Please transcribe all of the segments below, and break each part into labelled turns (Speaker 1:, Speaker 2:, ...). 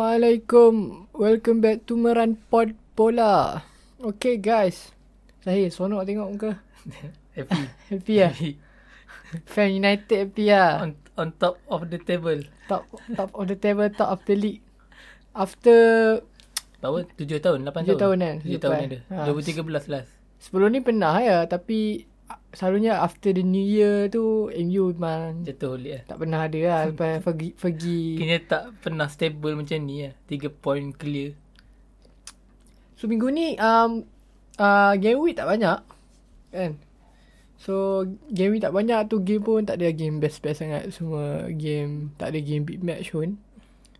Speaker 1: Assalamualaikum. Welcome back to Meran Pod Bola. Okay guys. Saya seronok tengok muka.
Speaker 2: Happy.
Speaker 1: Happy lah. Fan United happy lah.
Speaker 2: on, on top of the table.
Speaker 1: Top, top of the table, top of the league. After
Speaker 2: Bawa 7 tahun, 8
Speaker 1: Tujuh
Speaker 2: tahun.
Speaker 1: tahun kan?
Speaker 2: 7
Speaker 1: Lepas.
Speaker 2: tahun ada.
Speaker 1: Ha.
Speaker 2: Ha. 2013 last.
Speaker 1: sebelum ni pernah ya tapi ah, selalunya after the new year tu MU memang
Speaker 2: Jatuh holik lah.
Speaker 1: tak pernah ada lah lepas pergi pergi
Speaker 2: Kini tak pernah stable macam ni lah. 3 point clear.
Speaker 1: So minggu ni um, uh, game week tak banyak kan. So game week tak banyak tu game pun tak ada game best-best sangat. Semua game tak ada game big match pun.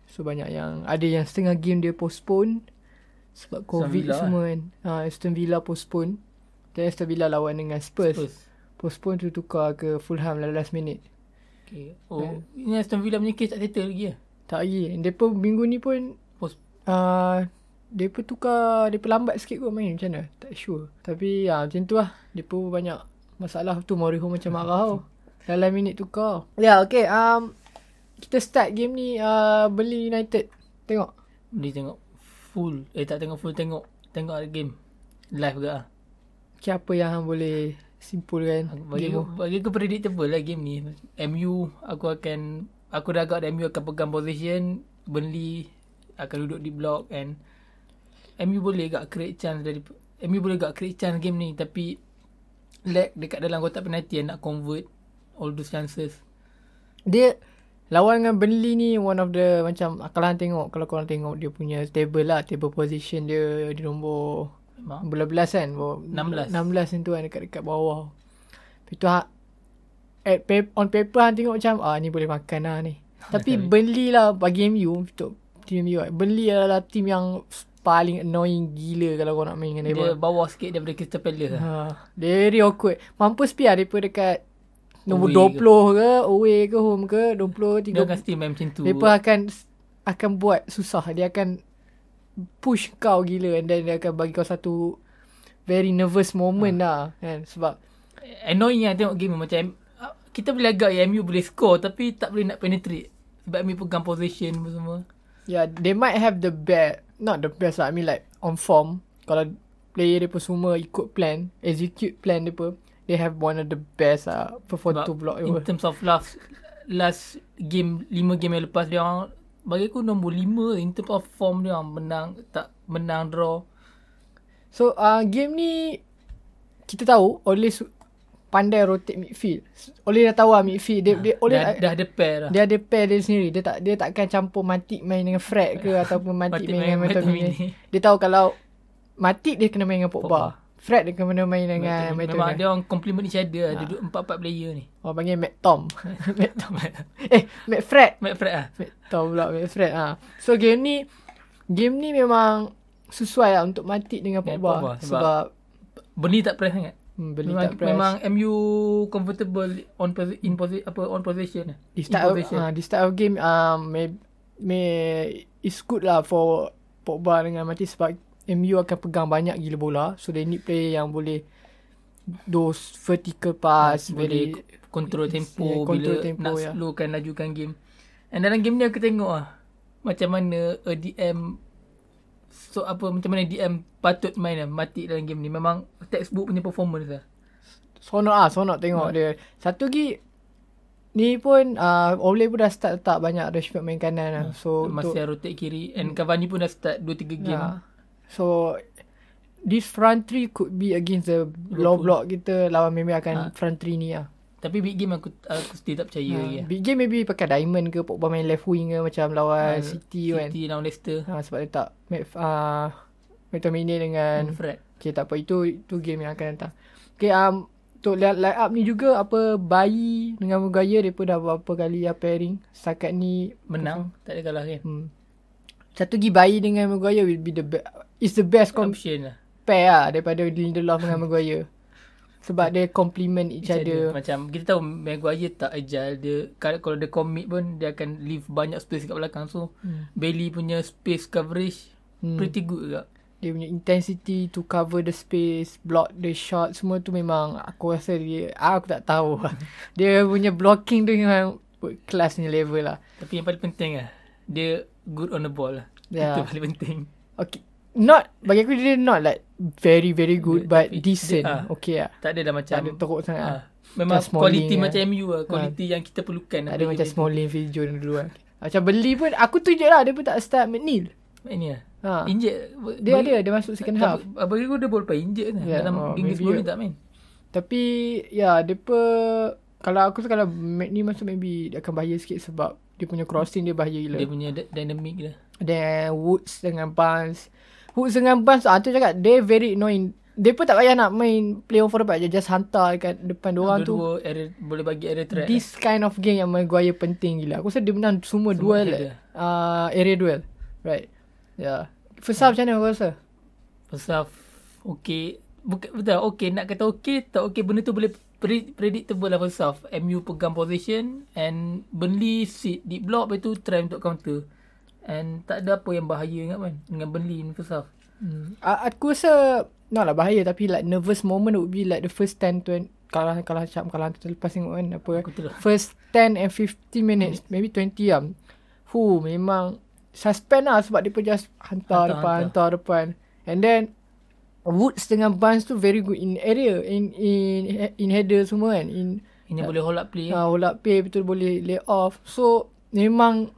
Speaker 1: So banyak yang ada yang setengah game dia postpone sebab COVID
Speaker 2: Villa,
Speaker 1: semua kan. Ha, Aston Villa postpone. Dan Aston Villa lawan dengan Spurs. Spurs.
Speaker 2: Terus.
Speaker 1: Postpone tu tukar ke Fulham lah last minute. Eh.
Speaker 2: Okay. Oh, ini Aston Villa punya case tak settle lagi lah.
Speaker 1: Tak lagi. Dia pun minggu ni pun
Speaker 2: Post.
Speaker 1: Uh, dia pun tukar Dia pun lambat sikit kot main Macam mana Tak sure Tapi ya, macam tu lah Dia pun banyak Masalah tu Moriho macam marah tau Dalam minit tukar Ya yeah, okay um, Kita start game ni uh, Beli United Tengok
Speaker 2: Boleh tengok full. Eh tak tengok full, tengok. Tengok game. Live ke lah.
Speaker 1: okay, Apa yang hang boleh Simpulkan
Speaker 2: Bagi
Speaker 1: game
Speaker 2: aku, bagi aku predictable lah game ni. MU aku akan aku dah agak MU akan pegang position, Burnley akan duduk di block and MU boleh agak create chance dari MU boleh agak create chance game ni tapi lag dekat dalam kotak penalti yang nak convert all those chances.
Speaker 1: Dia Lawan dengan Burnley ni One of the Macam Kalau hang tengok Kalau korang tengok Dia punya table lah Table position dia Di nombor
Speaker 2: Memang
Speaker 1: Belas-belas kan
Speaker 2: 16.
Speaker 1: 16 yang tu kan Dekat-dekat bawah Lepas tu ha, at pap- On paper hang tengok macam Ah ni boleh makan lah ni Tapi Burnley lah Bagi MU Untuk Team MU kan Burnley adalah Team yang Paling annoying gila Kalau kau nak main dengan dia,
Speaker 2: dia bawah sikit daripada Crystal Palace lah.
Speaker 1: ha, Very awkward Mampus pi lah Mereka dekat Nombor
Speaker 2: Away
Speaker 1: 20 ke. Away ke Home ke 20 30
Speaker 2: Dia akan still main macam tu.
Speaker 1: Mereka akan Akan buat susah Dia akan Push kau gila And then dia akan bagi kau satu Very nervous moment lah kan? Sebab
Speaker 2: annoying lah tengok game ni. macam ah, kita boleh agak yang MU boleh score tapi tak boleh nak penetrate sebab MU pegang possession apa semua.
Speaker 1: Yeah ya, they might have the best Not the best lah I mean like On form Kalau player dia pun semua Ikut plan Execute plan dia pun They have one of the best lah Perform
Speaker 2: Sebab
Speaker 1: two block dia
Speaker 2: In
Speaker 1: pun
Speaker 2: terms of last last game lima game yang lepas dia orang bagi aku nombor lima in terms of form dia orang menang tak menang draw.
Speaker 1: So uh, game ni Kita tahu Oleh su- Pandai rotate midfield Oleh dah tahu lah midfield Dia, dia Oleh
Speaker 2: dah, dah ada pair lah.
Speaker 1: Dia ada pair dia sendiri. Dia tak dia takkan campur Matik main dengan Fred ke ataupun Matik
Speaker 2: Matip
Speaker 1: main dengan
Speaker 2: main dengan
Speaker 1: Metamini.
Speaker 2: Matamini.
Speaker 1: Dia tahu kalau Matik dia kena main dengan Pogba.
Speaker 2: Pogba.
Speaker 1: Fred dia kena main dengan
Speaker 2: Memang
Speaker 1: Metamini.
Speaker 2: dia orang complement each other. Ha. Duduk empat-empat player ni.
Speaker 1: Orang panggil Matt Tom. Matt Tom. eh, Matt Fred.
Speaker 2: Matt Fred lah.
Speaker 1: Matt Tom pula, Matt Fred. Ha. So game ni, game ni memang sesuai lah untuk Matik dengan
Speaker 2: Dengan
Speaker 1: Pogba.
Speaker 2: Pogba,
Speaker 1: sebab,
Speaker 2: sebab Beli tak press sangat.
Speaker 1: hmm, beli
Speaker 2: Memang,
Speaker 1: tak press.
Speaker 2: memang MU comfortable on posi- in posi- apa on possession lah.
Speaker 1: This
Speaker 2: In
Speaker 1: type of,
Speaker 2: possession.
Speaker 1: uh, this type of game um, may, may, is good lah for Pogba dengan Mati sebab MU akan pegang banyak gila bola so they need player yang boleh those vertical pass
Speaker 2: Ah, boleh
Speaker 1: very-
Speaker 2: kontrol
Speaker 1: yeah, control
Speaker 2: tempo bila
Speaker 1: tempo,
Speaker 2: nak
Speaker 1: ya.
Speaker 2: slowkan lajukan game. And dalam game ni aku tengok ah macam mana a DM so apa macam mana DM patut main lah mati dalam game ni memang textbook punya performance lah.
Speaker 1: Sonok ah, sonok tengok dia. Satu lagi ni pun uh, Ole pun dah start letak banyak Rashford main kanan lah. So untuk
Speaker 2: Ah, Masih rotate kiri and Cavani pun dah start 2 3 game.
Speaker 1: Yeah. So this front three could be against the low block kita lawan maybe
Speaker 2: Ah.
Speaker 1: akan front three ni lah.
Speaker 2: Tapi big game aku aku still tak percaya lagi.
Speaker 1: Yeah.
Speaker 2: lah.
Speaker 1: Big Ah, game maybe pakai diamond ke Pogba main left wing ke macam lawan uh, City, kan.
Speaker 2: City lawan Leicester
Speaker 1: Ha, sebab dia tak map uh, McTominay dengan
Speaker 2: and Fred.
Speaker 1: Okay tak apa itu itu game yang akan datang. Okay um untuk line line up ni juga apa Bayi dengan Mugaya dia pun dah berapa kali lah pairing. Setakat ni
Speaker 2: Menang tak ada kalah kan. game.
Speaker 1: hmm, satu lagi Bayi dengan Mugaya will be the be- is the best com-
Speaker 2: Option lah.
Speaker 1: pair lah daripada Lindelof dengan Mugaya. Sebab dia complement each,
Speaker 2: Macam
Speaker 1: other.
Speaker 2: dia- Macam kita tahu Maguire tak agile dia kalau, kalau dia commit pun dia akan leave banyak space kat belakang so hmm. Bailey punya space coverage hmm. pretty good juga.
Speaker 1: dia punya intensity to cover the space, block the shot, semua tu memang aku rasa dia, aku tak tahu lah. dia punya blocking tu memang kelas ni level lah.
Speaker 2: Tapi yang paling penting lah dia good on the ball lah.
Speaker 1: Yeah.
Speaker 2: Itu paling penting.
Speaker 1: Okay. Not bagi aku dia not like very very good
Speaker 2: Good,
Speaker 1: but
Speaker 2: tapi-
Speaker 1: decent.
Speaker 2: ah.
Speaker 1: Okay lah.
Speaker 2: Tak ada dah macam
Speaker 1: Tak ada teruk sangat.
Speaker 2: ah,
Speaker 1: lah.
Speaker 2: Memang
Speaker 1: macam Smalling
Speaker 2: kualiti
Speaker 1: lah.
Speaker 2: macam MU lah. Kualiti yang kita perlukan. lah
Speaker 1: Tak ada macam
Speaker 2: small.
Speaker 1: Smalling Video dulu kan. Macam beli pun aku tunjuk lah dia pun tak start McNeil.
Speaker 2: Ini lah.
Speaker 1: Ha.
Speaker 2: Injek.
Speaker 1: Dia ada dia masuk second half.
Speaker 2: Bagi aku dia ball play injek lah.
Speaker 1: Yeah,
Speaker 2: Dalam
Speaker 1: oh,
Speaker 2: game
Speaker 1: maybe
Speaker 2: sebelum ni
Speaker 1: ah.
Speaker 2: tak main.
Speaker 1: Tapi ya depa kalau aku rasa kalau McNeil masuk maybe dia akan bahaya sikit sebab dia punya crossing dia bahaya gila.
Speaker 2: Dia punya dy- dynamic lah.
Speaker 1: Then Woods dengan Barnes Woods dengan Barnes ah, tu cakap They very annoying Dia pun tak payah nak main Play over part je Just hantar dekat depan diorang tu
Speaker 2: Dua-dua error- boleh bagi error track. lah.
Speaker 1: This kind of game yang Maguire penting gila Aku rasa dia menang semua, duel
Speaker 2: area.
Speaker 1: eh. uh, Area duel Right Yeah First half macam mana kau rasa?
Speaker 2: Pasal f- okay bukan betul okay nak kata okay tak okay benda tu boleh pre- predictable lah first half. MU pegang possession and Burnley sit deep block lepas tu try untuk counter. And tak ada apa yang bahaya ingat kan dengan Burnley ni first half.
Speaker 1: Hmm. Uh, aku rasa Not lah bahaya Tapi like nervous moment Would be like the first 10 20 Kalau kalau macam Kalau aku terlepas tengok kan Apa
Speaker 2: Aku tu lah.
Speaker 1: first 10 and 15 minutes maybe 20 lah hu memang suspend lah sebab dia pun just hantar,
Speaker 2: Hantar,
Speaker 1: depan
Speaker 2: hantar.
Speaker 1: hantar depan and then Woods dengan Barnes tu very good in area in in in header semua kan in
Speaker 2: Ini boleh hold up play.
Speaker 1: yeah. uh, hold up play betul boleh lay off so memang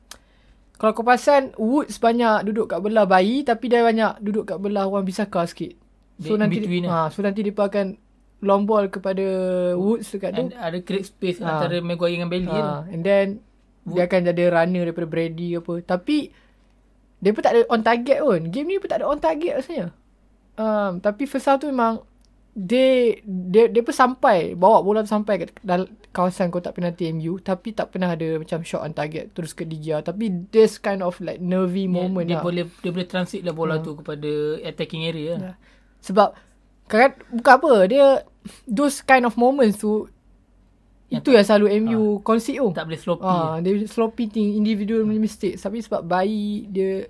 Speaker 1: kalau kau perasan Woods banyak duduk kat belah bayi tapi dia banyak duduk kat belah orang Bisaka sikit so
Speaker 2: Dia in
Speaker 1: nanti
Speaker 2: between eh?
Speaker 1: ha, so nanti dia akan long ball kepada Woods dekat tu
Speaker 2: And ada create space
Speaker 1: Ah.
Speaker 2: antara Maguire dengan Bailey tu.
Speaker 1: Ha, and then dia akan jadi runner daripada Brady ke apa. Tapi dia pun tak ada on target pun. Game ni pun tak ada on target rasanya. Um, tapi first half tu memang dia dia dia pun sampai bawa bola tu sampai kat dalam kawasan kotak penalti MU tapi tak pernah ada macam shot on target terus ke Digia tapi this kind of like nervy
Speaker 2: Dia,
Speaker 1: moment lah.
Speaker 2: dia
Speaker 1: Hmm.
Speaker 2: boleh dia boleh transit lah bola tu kepada attacking area lah.
Speaker 1: Yeah. Ya. Sebab kan bukan apa dia those kind of moments tu itu yang selalu
Speaker 2: Ah.
Speaker 1: MU concede tu.
Speaker 2: Tak boleh sloppy.
Speaker 1: Ah, dia sloppy thing individual punya mistake. Tapi sebab bayi dia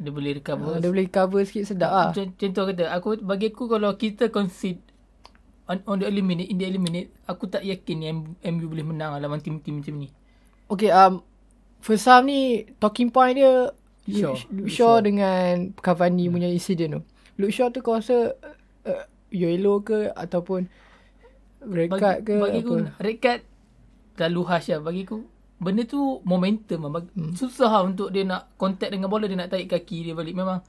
Speaker 2: Dia boleh
Speaker 1: uh,
Speaker 2: recover.
Speaker 1: dia boleh cover sikit sedap ah.
Speaker 2: Macam contoh kata aku bagi aku kalau kita concede on, on the early minute in the early minute aku tak yakin yang MU boleh menang lawan tim-tim macam ni.
Speaker 1: Okay, um first half ni talking point dia
Speaker 2: Shaw. Hmm.
Speaker 1: Luke, Luke Shaw dengan Cavani punya insiden tu. Luke Shaw tu kau rasa uh, yellow ke ataupun red
Speaker 2: Bagi,
Speaker 1: card ke
Speaker 2: bagi aku
Speaker 1: apa?
Speaker 2: red card terlalu harsh lah bagi aku benda tu momentum lah. Bagi,
Speaker 1: Hmm.
Speaker 2: susah lah untuk dia nak contact dengan bola dia nak tarik kaki dia balik memang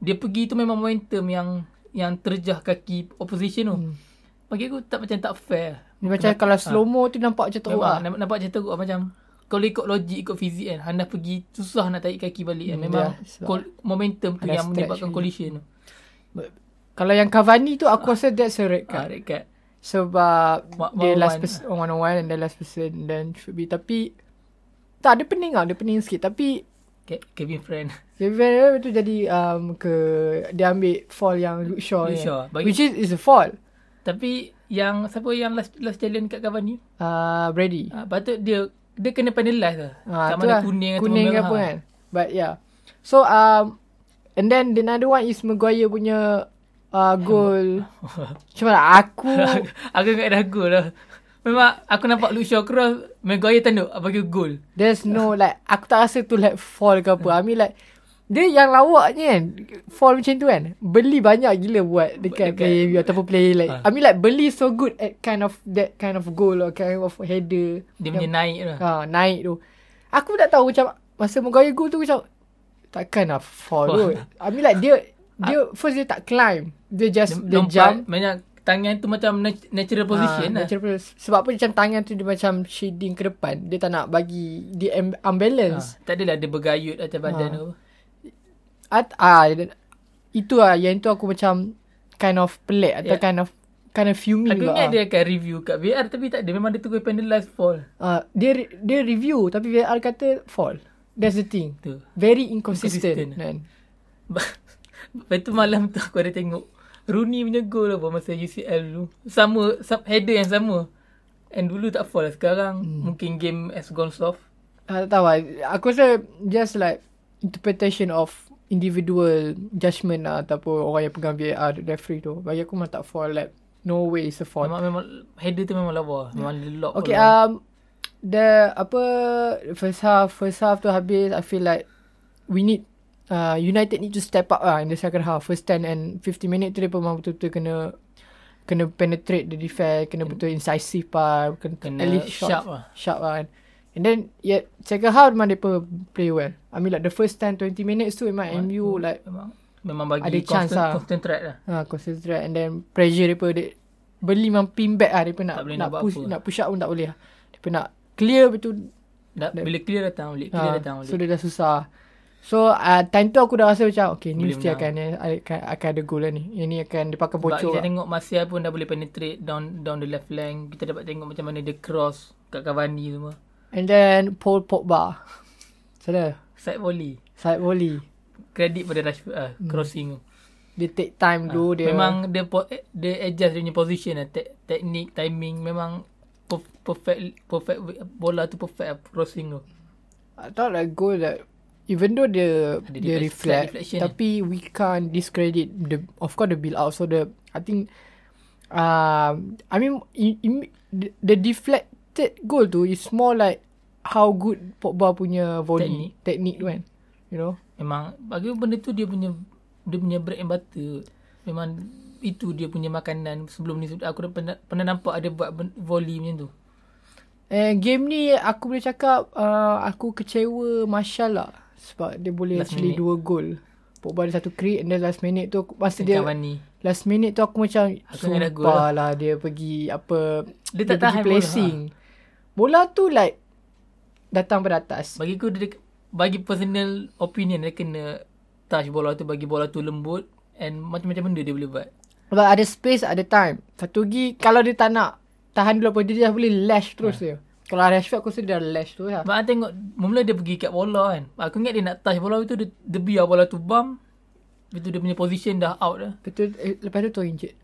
Speaker 2: dia pergi tu memang momentum yang yang terjah kaki opposition tu.
Speaker 1: Hmm.
Speaker 2: Bagi aku tak macam tak fair. lah.
Speaker 1: Ni macam kalau slow mo tu nampak macam teruk
Speaker 2: Memang
Speaker 1: ah.
Speaker 2: nampak, nampak macam teruk lah. macam kalau ikut logik ikut fizik kan Hana pergi susah nak tarik kaki balik kan
Speaker 1: Hmm,
Speaker 2: memang
Speaker 1: dah, sebab
Speaker 2: kol- momentum tu
Speaker 1: Hana
Speaker 2: yang
Speaker 1: stretch
Speaker 2: menyebabkan
Speaker 1: lagi.
Speaker 2: collision tu
Speaker 1: Kalau yang Cavani tu aku rasa that's a red card.
Speaker 2: ah, red card
Speaker 1: Sebab
Speaker 2: Wa-
Speaker 1: Dia
Speaker 2: one-on-one.
Speaker 1: last person One on one And then last person Then should be Tapi Tak dia pening lah Dia pening sikit Tapi
Speaker 2: Ke- Kevin Friend
Speaker 1: Kevin tu jadi um, ke Dia ambil fall yang Luke Shaw,
Speaker 2: Luke
Speaker 1: ni.
Speaker 2: Shaw. Bagi-
Speaker 1: Which is is a fall
Speaker 2: tapi yang siapa yang last last challenge kat Cavani
Speaker 1: uh, Brady
Speaker 2: ah, patut dia dia kena penalize lah
Speaker 1: Ah,
Speaker 2: kat
Speaker 1: tu
Speaker 2: mana
Speaker 1: lah.
Speaker 2: kuning atau
Speaker 1: Kuning ke
Speaker 2: merah.
Speaker 1: apa kan But yeah So um, And then the another one is Maguire punya uh, Goal Macam mana aku
Speaker 2: aku agak ragu lah memang aku nampak Luke Shaw cross Maguire tanduk ah, bagi gol
Speaker 1: There's no like Aku tak rasa tu like fall ke apa I mean like Dia yang lawaknya kan Fall macam tu kan Beli banyak gila buat Dekat,
Speaker 2: Dekat-
Speaker 1: player view Ataupun player like I
Speaker 2: Ah.
Speaker 1: mean like Beli so good at kind of That kind of goal Or kind of header
Speaker 2: dia punya naik lah
Speaker 1: ha, Naik tu Aku tak tahu macam Masa Mugaye go tu macam Takkan lah fall
Speaker 2: Fall.
Speaker 1: kot I mean like dia Dia first dia tak climb Dia just Dia,
Speaker 2: Lompat,
Speaker 1: jump
Speaker 2: banyak tangan tu macam nat- natural position
Speaker 1: Ah,
Speaker 2: lah
Speaker 1: natural position. Sebab apa macam tangan tu dia macam shading ke depan. Dia tak nak bagi dia am-
Speaker 2: Ah,
Speaker 1: unbalance.
Speaker 2: tak adalah dia bergayut
Speaker 1: Ah.
Speaker 2: atas badan tu
Speaker 1: At, ah, dan- itu lah yang tu aku macam kind of pelik atau
Speaker 2: Yeah.
Speaker 1: kind of kind of fuming
Speaker 2: Aku
Speaker 1: juga.
Speaker 2: ingat
Speaker 1: ah.
Speaker 2: dia akan review kat VR tapi tak ada. Memang dia tunggu penalize fall.
Speaker 1: Ah, dia re- dia review tapi VAR kata fall. That's the thing.
Speaker 2: Tu.
Speaker 1: Very inconsistent.
Speaker 2: Inconsistent.
Speaker 1: Kan?
Speaker 2: Lepas tu malam tu aku ada tengok Rooney punya goal apa masa UCL dulu. Sama sub header yang sama. And dulu tak fall lah. Sekarang
Speaker 1: Hmm.
Speaker 2: mungkin game has gone soft.
Speaker 1: Ah, tak tahu lah. Aku rasa just like interpretation of individual judgement lah ataupun orang yang pegang VAR referee tu. Bagi aku memang tak fall like no way is a fall.
Speaker 2: Memang, memang header tu memang lawa. Memang dia lock.
Speaker 1: Okay, uh,
Speaker 2: all
Speaker 1: um, the apa first half, first half tu habis. I feel like we need uh, United need to step up lah in the second half. First 10 and 50 minit tu dia memang betul-betul kena kena penetrate the defense, kena betul incisive pa, kena,
Speaker 2: Kena
Speaker 1: at least shot,
Speaker 2: sharp lah.
Speaker 1: Sharp lah kan. And then yet second half memang mereka play well. I mean like the first 10 20 minutes tu memang MU like
Speaker 2: Memang, memang bagi
Speaker 1: Ada chance
Speaker 2: constant,
Speaker 1: lah.
Speaker 2: constant threat lah.
Speaker 1: ha, concentrate and then pressure mereka dia beli memang pin back lah mereka nak,
Speaker 2: Tak boleh
Speaker 1: nak,
Speaker 2: nak buat
Speaker 1: push,
Speaker 2: apa.
Speaker 1: nak push up pun tak boleh lah. Mereka nak clear betul
Speaker 2: Dah,
Speaker 1: Dah-
Speaker 2: bila clear datang balik, clear
Speaker 1: Ha,
Speaker 2: datang balik.
Speaker 1: so dia dah susah. So uh, time tu aku dah rasa macam okay ni
Speaker 2: Boleh
Speaker 1: mesti akan, akan akan ada gol lah ni. Ini akan dia pakai
Speaker 2: Sebab
Speaker 1: bocor.
Speaker 2: kita
Speaker 1: Lah.
Speaker 2: tengok Martial pun dah boleh penetrate down down the left flank. Kita dapat tengok macam mana dia cross kat Cavani semua.
Speaker 1: And then Paul Pogba. Salah.
Speaker 2: Side volley.
Speaker 1: Side volley.
Speaker 2: Credit pada Rashford ah, crossing tu.
Speaker 1: Dia take time Hmm. dulu dia.
Speaker 2: Ah, Memang dia po- eh, dia adjust dia punya position lah. Te- teknik, timing memang per- perfect perfect bola tu perfect lah, crossing tu.
Speaker 1: I thought like goal that even though the
Speaker 2: Ada
Speaker 1: the
Speaker 2: deflect-
Speaker 1: reflect
Speaker 2: deflection
Speaker 1: tapi we can't discredit the of course the build out so the I think um I mean i- im- the, the deflected goal tu is more like how good Pogba punya volley technique, technique tu kan you know
Speaker 2: Memang bagi benda tu dia punya dia punya bread and butter. Memang itu dia punya makanan sebelum ni aku dah pernah, pernah nampak ada buat ben- volley macam tu.
Speaker 1: and game ni aku boleh cakap uh, aku kecewa Martial lah sebab dia boleh last
Speaker 2: Last
Speaker 1: actually
Speaker 2: minute.
Speaker 1: dua gol Pogba ada satu create and then last minute tu aku, masa dia
Speaker 2: Dia, Cavani.
Speaker 1: Last minute tu aku macam
Speaker 2: Aku ingat dah gol
Speaker 1: Sumpah lah Dia pergi apa
Speaker 2: Dia tak
Speaker 1: pergi
Speaker 2: tahan Ha. bola.
Speaker 1: placing bola, bola tu like Datang pada atas
Speaker 2: Bagi aku dia, bagi personal opinion dia kena touch bola tu bagi bola tu lembut and macam-macam benda dia boleh buat.
Speaker 1: Sebab ada space ada time Satu lagi Kalau dia tak nak Tahan dulu apa Dia dah boleh lash terus
Speaker 2: Ha.
Speaker 1: dia Kalau Rashford aku rasa dia dah lash terus lah
Speaker 2: Sebab aku tengok mula dia pergi kat bola kan. Aku ingat dia nak touch bola tu dia, dia biar bola tu bump. Lepas tu dia punya position dah out dah.
Speaker 1: Lepas tu, eh, lepas tu terus injet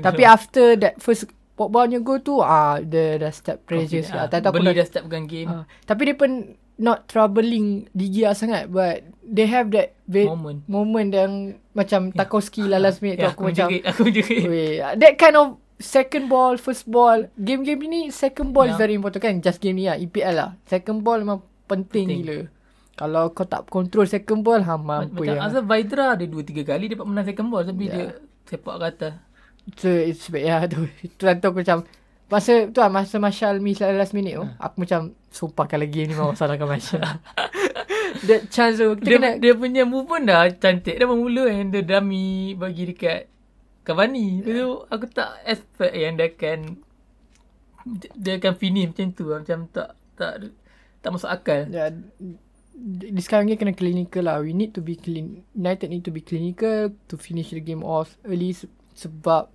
Speaker 1: Tapi after that first Pogba punya goal tu ah Dia dah step pressure lah.
Speaker 2: Ah,
Speaker 1: Tak tahu aku
Speaker 2: Beli
Speaker 1: dah
Speaker 2: dah start pegang game.
Speaker 1: Ah, tapi dia pun not troubling Digi lah sangat but they have that ve-
Speaker 2: Moment.
Speaker 1: moment yang macam yeah. Tarkowski lah last minute yeah,
Speaker 2: Ya,
Speaker 1: tu aku macam
Speaker 2: jerit, aku jerit.
Speaker 1: weh that kind of second ball first ball game-game ni second ball yeah. is
Speaker 2: Yeah.
Speaker 1: very important kan just game ni lah EPL lah second ball memang penting,
Speaker 2: Penting.
Speaker 1: gila kalau kau tak control second ball ha mampu
Speaker 2: Macam
Speaker 1: ya
Speaker 2: Azhar Vaidra ada 2-3 kali dapat menang second ball tapi dia sepak ke atas.
Speaker 1: so it's bad ya tu itu lah tu aku macam Masa tu lah, masa Marshall miss lah last minute tu,
Speaker 2: Ha.
Speaker 1: aku macam, sumpah kalau game ni memang salahkan Marshall. that chance tu, kita
Speaker 2: Dia,
Speaker 1: kena,
Speaker 2: dia punya move pun dah cantik dah bermula yang dia dummy bagi dekat Cavani. Lepas tu aku tak expect yang dia akan dia akan finish macam tu lah. macam tak tak tak masuk akal.
Speaker 1: Yeah, Ya, di sekarang ni kena clinical lah. We need to be clean. United need to be clinical to finish the game off early se- sebab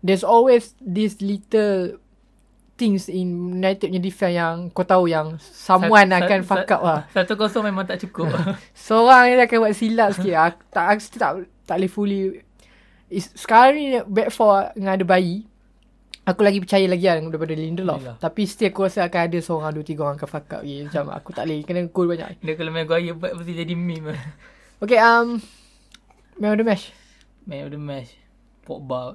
Speaker 1: there's always this little things in United punya defense yang kau tahu yang someone
Speaker 2: Sat-
Speaker 1: akan
Speaker 2: sat-
Speaker 1: fuck up lah.
Speaker 2: Satu kosong memang tak cukup.
Speaker 1: Seorang ni akan buat silap sikit. Aku tak aku still tak tak boleh fully Is, sekarang ni back four dengan ada bayi. Aku lagi percaya lagi lah daripada Lindelof.
Speaker 2: Lindelof.
Speaker 1: Tapi still aku rasa akan ada seorang dua tiga orang akan fuck up lagi. Macam aku tak boleh kena goal banyak.
Speaker 2: dia kalau main gaya buat mesti jadi meme lah.
Speaker 1: Okay, um, Man of the Match.
Speaker 2: Man of the match. Pogba.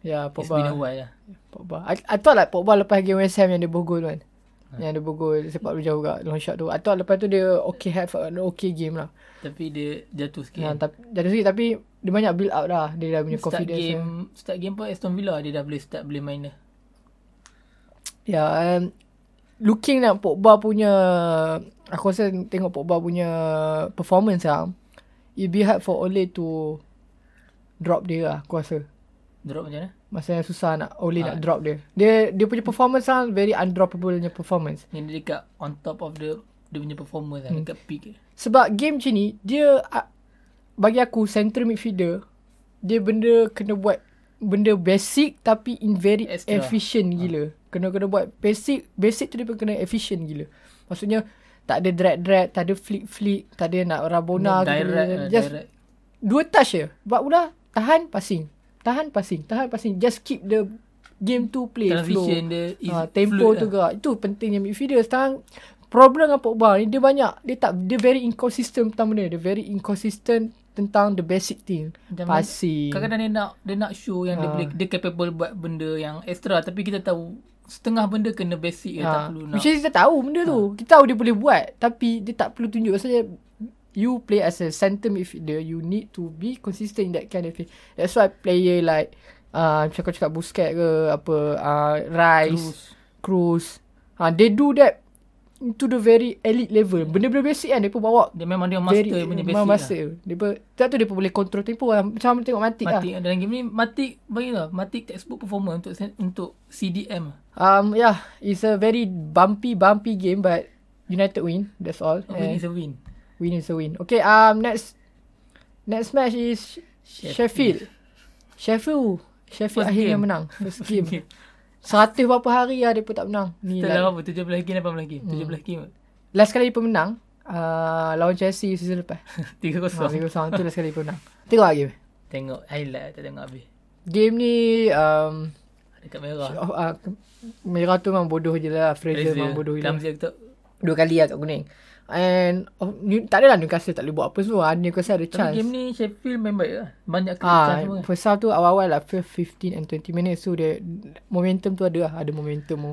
Speaker 1: Ya, yeah,
Speaker 2: It's been a
Speaker 1: Pogba.
Speaker 2: while lah.
Speaker 1: Pogba. I, I thought like Pogba lepas game West Ham yang dia bergol kan.
Speaker 2: Ha.
Speaker 1: Yang dia bergol sepak tu jauh kat long shot tu. I thought lepas tu dia okay have an okay game lah.
Speaker 2: Tapi dia jatuh sikit.
Speaker 1: Yeah. tapi, jadi sikit tapi dia banyak build up dah. Dia dah punya
Speaker 2: start
Speaker 1: confidence.
Speaker 2: game
Speaker 1: Game.
Speaker 2: start game pun Aston Villa dia dah boleh start boleh main dah.
Speaker 1: Ya, yeah, um, looking at Pogba punya aku rasa tengok Pogba punya performance lah. It'd be hard for Ole to drop dia lah aku rasa.
Speaker 2: Drop macam mana?
Speaker 1: Masa yang susah nak Oli ha.
Speaker 2: Ah.
Speaker 1: nak drop dia. Dia dia punya performance lah very undroppable punya performance.
Speaker 2: Yang dia dekat on top of the dia punya performance
Speaker 1: Hmm.
Speaker 2: lah, dekat peak. dia.
Speaker 1: Sebab game macam ni dia ah, bagi aku central midfielder dia benda kena buat benda basic tapi in very
Speaker 2: Extra. Ah.
Speaker 1: efficient gila. Kena kena buat basic basic tu dia pun kena efficient gila. Maksudnya tak ada drag drag, tak ada flick flick, tak ada nak rabona
Speaker 2: direct, lah,
Speaker 1: just
Speaker 2: direct.
Speaker 1: dua touch je. Buat bola tahan passing. Tahan passing, tahan passing. Just keep the game to play flow.
Speaker 2: Transition dia is
Speaker 1: ha, tempo
Speaker 2: fluid lah.
Speaker 1: tu gerak. Itu pentingnya midfielder sekarang. Problem dengan Pogba ni dia banyak dia tak dia very inconsistent tentang benda. Dia very inconsistent tentang the basic thing.
Speaker 2: Macam
Speaker 1: Passing.
Speaker 2: Kadang-kadang dia nak dia nak show yang dia
Speaker 1: Ha.
Speaker 2: boleh dia capable buat benda yang extra tapi kita tahu setengah benda kena basic je tak
Speaker 1: Ha.
Speaker 2: perlu nak. Ah.
Speaker 1: Which is kita tahu benda tu. Kita tahu dia boleh buat tapi dia tak perlu tunjuk. Maksudnya you play as a centre midfielder, you need to be consistent in that kind of thing. That's why player like uh, macam kau cakap Busquets ke apa uh, Rice,
Speaker 2: Terus.
Speaker 1: Cruz, uh, they do that to the very elite level. Benda-benda basic kan depa bawa
Speaker 2: Dia memang dia master
Speaker 1: very,
Speaker 2: punya
Speaker 1: memang
Speaker 2: basic lah.
Speaker 1: master. Depa tak tu depa boleh control tempo lah. macam mana tengok Matic, Matic.
Speaker 2: lah.
Speaker 1: lah.
Speaker 2: Matik dalam game ni Matik bagi tau Matik textbook performer untuk sen- untuk CDM
Speaker 1: Um yeah, it's a very bumpy bumpy game but United win, that's all.
Speaker 2: a
Speaker 1: And-
Speaker 2: win is a win
Speaker 1: Win is a win. Okay, um, next next match is Sheffield.
Speaker 2: Sheffield.
Speaker 1: Sheffield. Sheffield
Speaker 2: First
Speaker 1: akhirnya
Speaker 2: game.
Speaker 1: menang. First game. Seratus berapa hari lah dia pun tak menang. Ni lah.
Speaker 2: Setelah berapa 17 game
Speaker 1: Hmm.
Speaker 2: 18 game 17 game
Speaker 1: Last kali dia pun menang. Uh, lawan Chelsea season lepas.
Speaker 2: 3-0
Speaker 1: Minggu seorang tu last kali dia pun menang. Tengok lah game.
Speaker 2: Tengok highlight lah, tak tengok habis
Speaker 1: Game ni um,
Speaker 2: Dekat merah
Speaker 1: oh, uh, Merah tu memang bodoh je lah. Fraser
Speaker 2: ya.
Speaker 1: memang bodoh je lah.
Speaker 2: Ramzi aku tak
Speaker 1: Dua kali lah kat kuning. And oh, New, tak adalah Newcastle tak boleh buat apa semua. Newcastle ada
Speaker 2: Tapi
Speaker 1: chance.
Speaker 2: game ni Sheffield main baik lah Banyak
Speaker 1: Ah,
Speaker 2: kali chance semua
Speaker 1: first half tu awal-awal lah first 15 and 20 minutes tu dia momentum tu ada lah, ada momentum tu.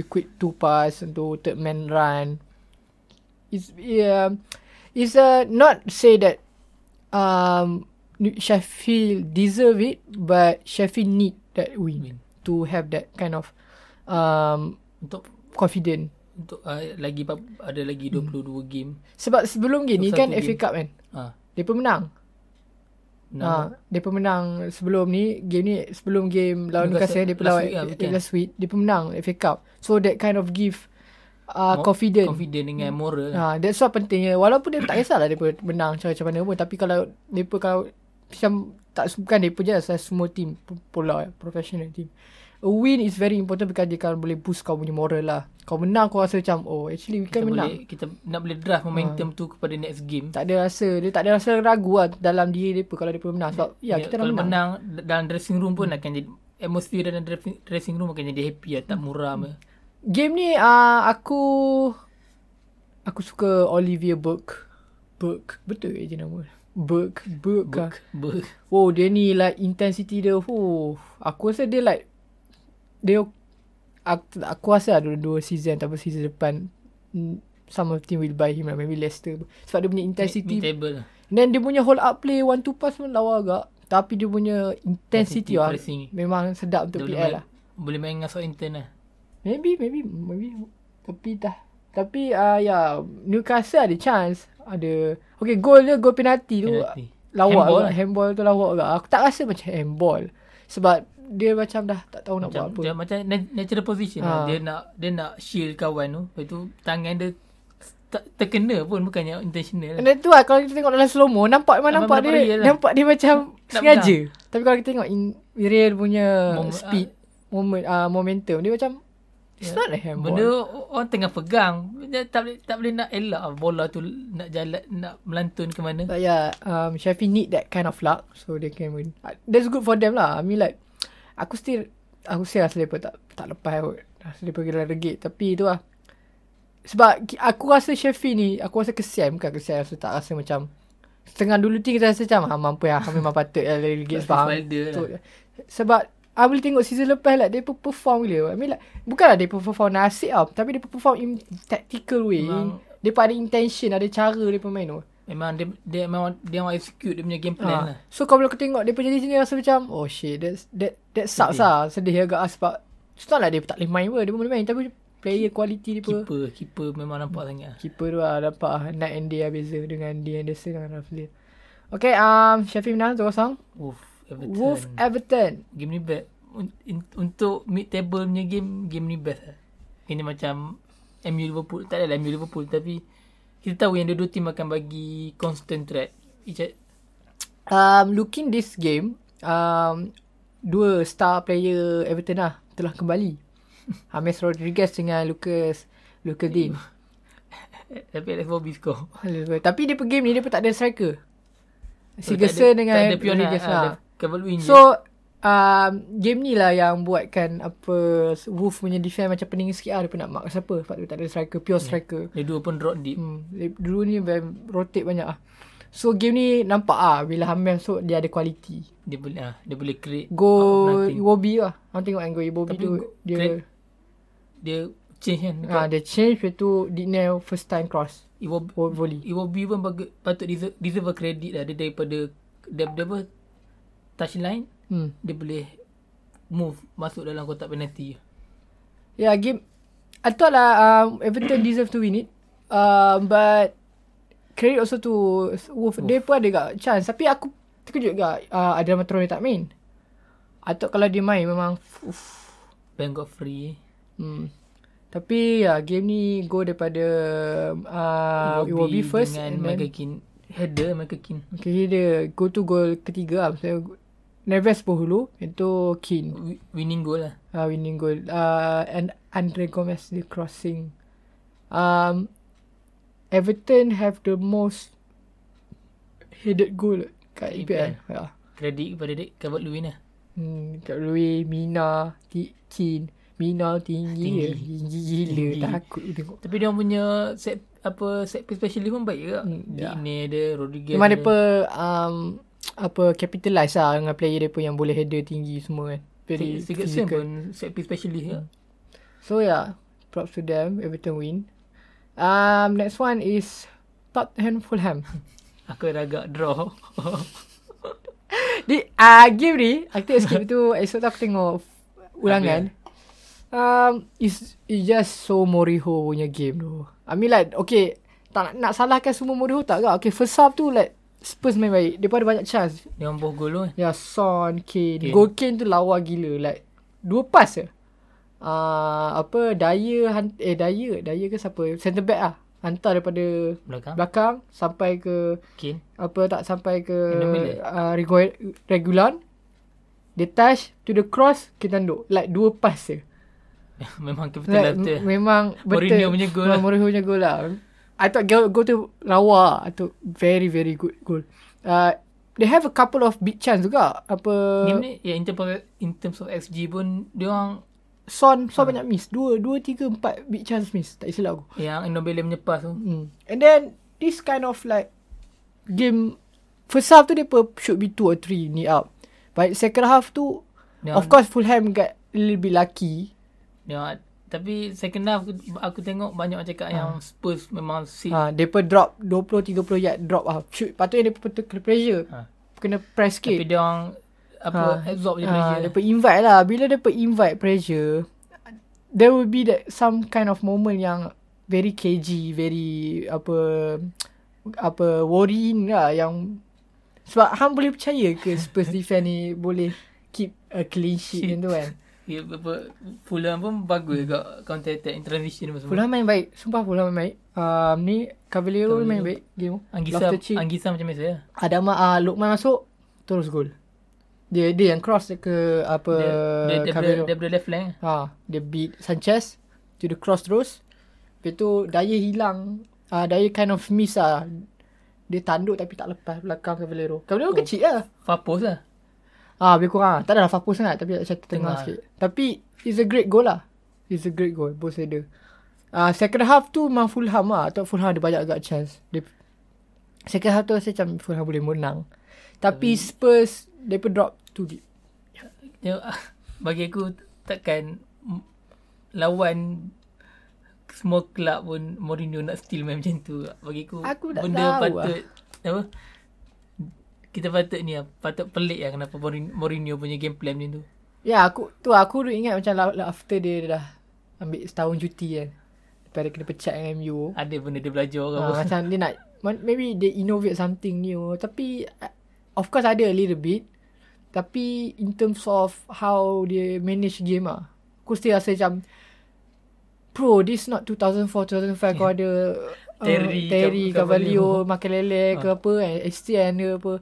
Speaker 1: Dia quick two pass untuk third man run. It's yeah, it's uh, not say that um New- Sheffield deserve it but Sheffield need that win
Speaker 2: Win.
Speaker 1: to have that kind of um
Speaker 2: Untuk
Speaker 1: confident.
Speaker 2: untuk ah, lagi pa- ada lagi
Speaker 1: Hmm.
Speaker 2: 22 game
Speaker 1: Sebab sebelum gini
Speaker 2: Untuk
Speaker 1: kan
Speaker 2: satu
Speaker 1: FA
Speaker 2: game.
Speaker 1: Cup kan,
Speaker 2: Ah,
Speaker 1: dia menang.
Speaker 2: nah,
Speaker 1: Ha, dia pemenang sebelum ni game ni sebelum game lawan Newcastle
Speaker 2: Newcastle
Speaker 1: dia
Speaker 2: last
Speaker 1: lawan
Speaker 2: week lah,
Speaker 1: eh,
Speaker 2: weekend.
Speaker 1: last week dia pemenang FA Cup. So that kind of give uh,
Speaker 2: Mo-
Speaker 1: confident.
Speaker 2: confident dengan moral
Speaker 1: Ha,
Speaker 2: lah.
Speaker 1: that's why pentingnya walaupun dia tak kisahlah dia menang macam macam mana pun tapi kalau dia kalau macam tak bukan dia je lah semua team p- pola eh, professional team. A win is very important because dia kan boleh boost kau punya moral lah. Kau menang kau rasa macam oh actually we
Speaker 2: kita
Speaker 1: can menang. Ah.
Speaker 2: boleh kita nak boleh draft momentum tu kepada next game
Speaker 1: Tak ada rasa dia tak ada rasa ragu lah dalam diri depa kalau depa menang sebab ya
Speaker 2: Dia-
Speaker 1: kita dah
Speaker 2: kalau
Speaker 1: menang. Hmm.
Speaker 2: menang. d- dalam dressing room pun akan jadi atmosphere dalam dressing, dressing room akan jadi happy lah, tak
Speaker 1: Hmm.
Speaker 2: muram lah.
Speaker 1: Game ni uh, aku aku suka Olivia Burke. Burke. Betul ke je nama? Burke. Burke. Burke.
Speaker 2: Ber,
Speaker 1: Oh, dia ni like intensity dia. Oh, aku rasa dia like dia aku, aku rasa ada dua season ataupun season depan mm, some of the team will buy him lah. Maybe Leicester. Sebab dia punya intensity.
Speaker 2: mid table lah.
Speaker 1: Then dia punya hold up play one two pass pun lawa agak. Tapi dia punya intensity,
Speaker 2: Intensity
Speaker 1: lah.
Speaker 2: pressing.
Speaker 1: Memang sedap
Speaker 2: Dia
Speaker 1: untuk
Speaker 2: boleh
Speaker 1: PL
Speaker 2: main,
Speaker 1: lah.
Speaker 2: boleh main dengan Southampton lah.
Speaker 1: Maybe, maybe, maybe. Tapi dah. Tapi uh, ya, yeah, Newcastle ada chance. Ada. Okay, goal dia, goal penalti tu.
Speaker 2: Penalty.
Speaker 1: Lawak
Speaker 2: Handball
Speaker 1: handball,
Speaker 2: lah.
Speaker 1: handball tu lawak juga. Aku tak rasa macam handball. Sebab dia macam dah tak tahu nak
Speaker 2: Macam,
Speaker 1: buat apa.
Speaker 2: macam, macam na- natural position lah.
Speaker 1: Ah.
Speaker 2: Dia nak dia nak shield kawan tu. Lepas tu tangan dia tak terkena pun bukannya intentional lah.
Speaker 1: And then tu lah, kalau kita tengok dalam slow mo, nampak memang nampak,
Speaker 2: Nampak- nampak
Speaker 1: dia,
Speaker 2: real lah.
Speaker 1: nampak dia macam
Speaker 2: Tak
Speaker 1: sengaja. Tapi kalau kita tengok in real punya
Speaker 2: Mom-
Speaker 1: speed, moment, uh, momentum, dia macam, it's not a handball.
Speaker 2: Ya. Benda orang tengah pegang dia tak boleh tak boleh nak elak lah bola tu nak jalan nak melantun ke mana.
Speaker 1: But yeah, um, Shafi need that kind of luck so they can win. Uh, That's good for them lah. I mean like, aku still, aku still rasa mereka tak, tak lepas kot. Rasa mereka kira regit. Tapi tu lah. Sebab ki- aku rasa Shafi ni, aku rasa kesian. Bukan kesian, rasa tak rasa macam, setengah dulu tu kita rasa macam, ha mampu ya, ha, memang patut lah regit sebab.
Speaker 2: Tak ada lah.
Speaker 1: tu. Sebab, I boleh tengok season lepas lah, dia perform gila. I mean like, bukanlah dia perform nasib tau. Tapi dia perform in tactical way.
Speaker 2: Memang-
Speaker 1: Dia ada intention, ada cara dia main tu.
Speaker 2: Memang dia dia memang dia memang execute dia punya game plan
Speaker 1: Ha.
Speaker 2: lah.
Speaker 1: So kalau aku tengok dia punya sini rasa macam oh shit that that that sucks
Speaker 2: Sedih.
Speaker 1: lah. Sedih agak lah sebab it's not lah dia tak boleh main pun. Dia pun boleh main tapi player quality dia pun
Speaker 2: Keeper keeper memang nampak sangat. lah.
Speaker 1: keeper tu lah dapat lah. night and day lah beza dengan Dean Anderson dengan Rafli. Okay, um, Syafiq menang 2-0.
Speaker 2: Wolf Everton.
Speaker 1: Wolf Everton.
Speaker 2: game ni best. Un- in- Untuk mid table punya game game ni best lah. Ini macam MU Liverpool tak adalah MU Liverpool tapi kita tahu yang dua-dua team akan bagi constant threat. Each at-
Speaker 1: Um, looking this game, um, dua star player Everton lah telah kembali. James Rodriguez dengan Lucas Lucas Dean.
Speaker 2: tapi Alex Bobby score.
Speaker 1: Hallelujah. Tapi dia pergi game ni dia pun tak ada striker.
Speaker 2: So,
Speaker 1: Sigurdsson
Speaker 2: Oh, tak ada-
Speaker 1: dengan
Speaker 2: tak ada pion lah.
Speaker 1: Rodriguez
Speaker 2: Ah,
Speaker 1: lah.
Speaker 2: ada Calvert-Lewin je.
Speaker 1: So um, game ni lah yang buatkan apa Wolf punya defense macam pening sikit lah dia pun nak mark siapa sebab dia tak ada striker
Speaker 2: Hmm.
Speaker 1: pure striker.
Speaker 2: dia dua pun drop deep.
Speaker 1: Hmm, dia- dulu ni very- rotate banyak ah. So game ni nampak ah bila Hamel so dia ada quality.
Speaker 2: Dia boleh ah, dia boleh create out of
Speaker 1: Go
Speaker 2: nothing.
Speaker 1: Iwobi lah. Orang tengok kan go Iwobi
Speaker 2: Tapi
Speaker 1: tu
Speaker 2: go-
Speaker 1: dia
Speaker 2: great. dia change kan dekat
Speaker 1: Ah, dia change lepas tu denial first time cross.
Speaker 2: Iwobi
Speaker 1: Vo- Volley.
Speaker 2: Iwobi pun baga- patut deserve, deserve a credit lah dia daripada dia, dia apa touchline
Speaker 1: Hmm.
Speaker 2: dia boleh move masuk dalam kotak penalti
Speaker 1: Yeah, game. I thought lah um, Everton deserve to win it. Um, but credit also to Wolf. Dia pun ada kat chance. Tapi aku terkejut kat uh, Adrian Matrone tak main. I thought kalau dia main memang
Speaker 2: Ben got free
Speaker 1: Hmm. Tapi ya game ni go daripada uh, Iwobi first and
Speaker 2: dengan
Speaker 1: then
Speaker 2: Michael Keane header Michael Keane
Speaker 1: okay, dia go to goal ketiga lah. Saya Neves pun hulu itu Keane
Speaker 2: Wi- winning goal lah
Speaker 1: uh, winning goal uh, and Andre Gomez the crossing um, Everton have the most headed goal kat
Speaker 2: EPL.
Speaker 1: EPL yeah.
Speaker 2: credit kepada Dek Calvert Lewin lah
Speaker 1: Hmm, kat Rui, Mina, Ti- Kin Mina tinggi, tinggi. Ya. tinggi gila
Speaker 2: Tinggi.
Speaker 1: takut aku tengok
Speaker 2: tapi dia orang punya set apa set piece specialist pun baik juga hmm,
Speaker 1: ya.
Speaker 2: yeah. Dine ada Rodriguez
Speaker 1: Memang
Speaker 2: ada.
Speaker 1: mereka um, apa capitalize lah dengan player mereka yang boleh header tinggi semua kan. Very
Speaker 2: Sigurdsson
Speaker 1: physical. Hmm.
Speaker 2: pun set piece specialist juga
Speaker 1: So yeah, props to them. Everton win. Um, next one is Tottenham Fulham.
Speaker 2: aku dah agak draw
Speaker 1: Di uh, game ni, aku tengok skip tu, esok tu aku tengok ulangan. Um, it's, it's just so Moriho punya game tu. I mean like, okay, tak nak, nak salahkan semua Moriho tak ke? Okay, first half tu like, Spurs main baik. Dia pun ada banyak chance.
Speaker 2: dia orang boh gol tu kan
Speaker 1: Ya, Son, Kane.
Speaker 2: Kane.
Speaker 1: Goal Kane tu lawa gila. Like, dua pass je. Uh, apa, Daya, han- eh Daya, Daya ke siapa? Centre back lah. Hantar daripada
Speaker 2: belakang
Speaker 1: belakang sampai ke
Speaker 2: Keane
Speaker 1: apa tak sampai ke
Speaker 2: Enam bilik.
Speaker 1: uh, Rego- Regulon. Dia touch to the cross, kita tanduk. Like dua pass je.
Speaker 2: memang
Speaker 1: Like,
Speaker 2: capital like,
Speaker 1: m- memang betul.
Speaker 2: lah, Mourinho punya goal
Speaker 1: Memang
Speaker 2: lah.
Speaker 1: Mourinho punya goal lah. I thought go, go to Rawa. I thought very very good goal. Uh, they have a couple of big chance juga. Apa
Speaker 2: game ni ya, in, terms of, in terms of XG pun dia orang
Speaker 1: Son
Speaker 2: Ah.
Speaker 1: Son banyak miss. Dua, dua, tiga, empat big chance miss. Tak silap aku.
Speaker 2: yang Nobele punya pass tu
Speaker 1: Mm. And then this kind of like game first half tu dia per, should be 2 or 3 ni up. But second half tu
Speaker 2: dia
Speaker 1: Of
Speaker 2: orang-
Speaker 1: course Fulham got a little bit lucky.
Speaker 2: dia orang- Ya, tapi second half aku, aku tengok banyak
Speaker 1: Ah.
Speaker 2: orang cakap yang Spurs memang sick
Speaker 1: Ha, depa drop 20 30 yard drop ah. Shoot patutnya depa patut kena pressure.
Speaker 2: Ha.
Speaker 1: Kena press
Speaker 2: tapi
Speaker 1: sikit.
Speaker 2: dia orang apa
Speaker 1: Ha.
Speaker 2: absorb je
Speaker 1: ha,
Speaker 2: pressure
Speaker 1: depa invite lah. Bila depa invite pressure, there will be that some kind of moment yang very cagey, very apa apa worrying lah yang sebab hang boleh percaya ke Spurs defense ni boleh keep a clean sheet macam tu kan.
Speaker 2: Ya, apa, Fulham pun bagus juga counter attack in transition apa semua.
Speaker 1: Fulham main baik. Sumpah Fulham main baik. Um, ni Cavaliero main baik game.
Speaker 2: Anggisa,
Speaker 1: Loftus-Cheek.
Speaker 2: Anggisa macam biasa ya.
Speaker 1: Ada mak uh, Lukman masuk terus gol. Dia dia yang cross ke apa
Speaker 2: Dia, dia, dia,
Speaker 1: Cabello.
Speaker 2: daripada, daripada left flank.
Speaker 1: Ha, dia beat Sanchez to the cross terus. Lepas tu daya hilang. Ah uh, daya kind of miss ah. Dia tanduk tapi tak lepas belakang Cavallero. Cavallero oh. kecil lah.
Speaker 2: Fapos lah.
Speaker 1: Ah lebih kurang. ah. Tak adalah Fapus sangat tapi macam tengah, tengah
Speaker 2: Tengah.
Speaker 1: sikit. Tapi it's a great goal lah. It's a great goal. Both header. Ah second half tu memang Fulham lah. Atau Fulham ada banyak agak chance. Dia, second half tu rasa macam Fulham boleh menang. Tapi Spurs dia pun drop too deep.
Speaker 2: Dia, bagi aku takkan m- lawan semua kelab pun Mourinho nak still main macam tu. Bagi aku,
Speaker 1: Aku tak
Speaker 2: benda
Speaker 1: tahu lah.
Speaker 2: patut apa kita patut ni lah, patut pelik lah kenapa Mourin- Mourinho punya game plan macam tu.
Speaker 1: Ya aku tu aku duk ingat macam la- la- after dia dah ambil setahun cuti kan. Lepas dia kena pecat dengan MU.
Speaker 2: Ada benda dia belajar ke
Speaker 1: Ah,
Speaker 2: apa.
Speaker 1: macam dia nak ma- maybe they innovate something new tapi uh, of course ada a little bit tapi in terms of how they manage game ah aku still rasa macam bro this not 2004 2005 yeah. kau ada uh,
Speaker 2: Terry,
Speaker 1: Terry
Speaker 2: Cav-
Speaker 1: Cavallio Makelele
Speaker 2: Ah.
Speaker 1: ke apa kan STN ke apa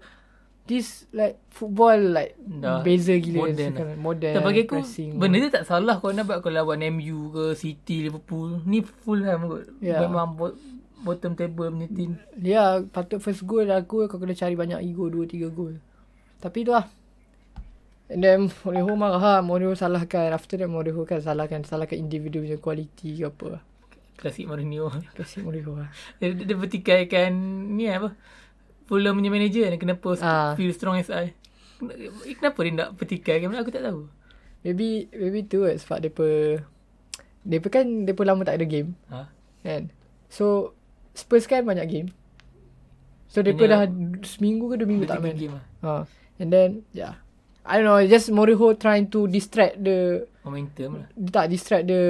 Speaker 1: this like football like
Speaker 2: Dah
Speaker 1: beza gila
Speaker 2: modern
Speaker 1: sekarang. modern
Speaker 2: Tak bagi aku
Speaker 1: pressing.
Speaker 2: Benda tu tak salah kau nak buat kau lawan MU ke City Liverpool Ni Fulham kot
Speaker 1: Ya.
Speaker 2: yeah. Memang bo- bottom table punya team
Speaker 1: Ya, patut first goal aku kau kena cari banyak ego 2 3 gol. Tapi tu lah. And then Mourinho marah ha. Mourinho salahkan. After that Mourinho kan salahkan. Salahkan individu punya kualiti ke apa.
Speaker 2: Klasik Mourinho
Speaker 1: Kasih Mourinho lah.
Speaker 2: Dia, dia bertikaikan Ni apa Fulham punya manager ni Kenapa
Speaker 1: Ah.
Speaker 2: uh. feel strong as I Ken- Kenapa dia nak pertikaikan Aku tak
Speaker 1: lah
Speaker 2: tahu
Speaker 1: Maybe, maybe tu kot sebab dia Mereka kan Mereka lama tak ada game
Speaker 2: Ha?
Speaker 1: Kan So Spurs kan banyak game So mereka
Speaker 2: Ini-
Speaker 1: dah Seminggu ke dua minggu
Speaker 2: Dia
Speaker 1: tak
Speaker 2: tiga
Speaker 1: main
Speaker 2: game lah.
Speaker 1: ha. And then Yeah I don't know Just Moriho trying to distract the
Speaker 2: Momentum lah.
Speaker 1: Dia tak distract the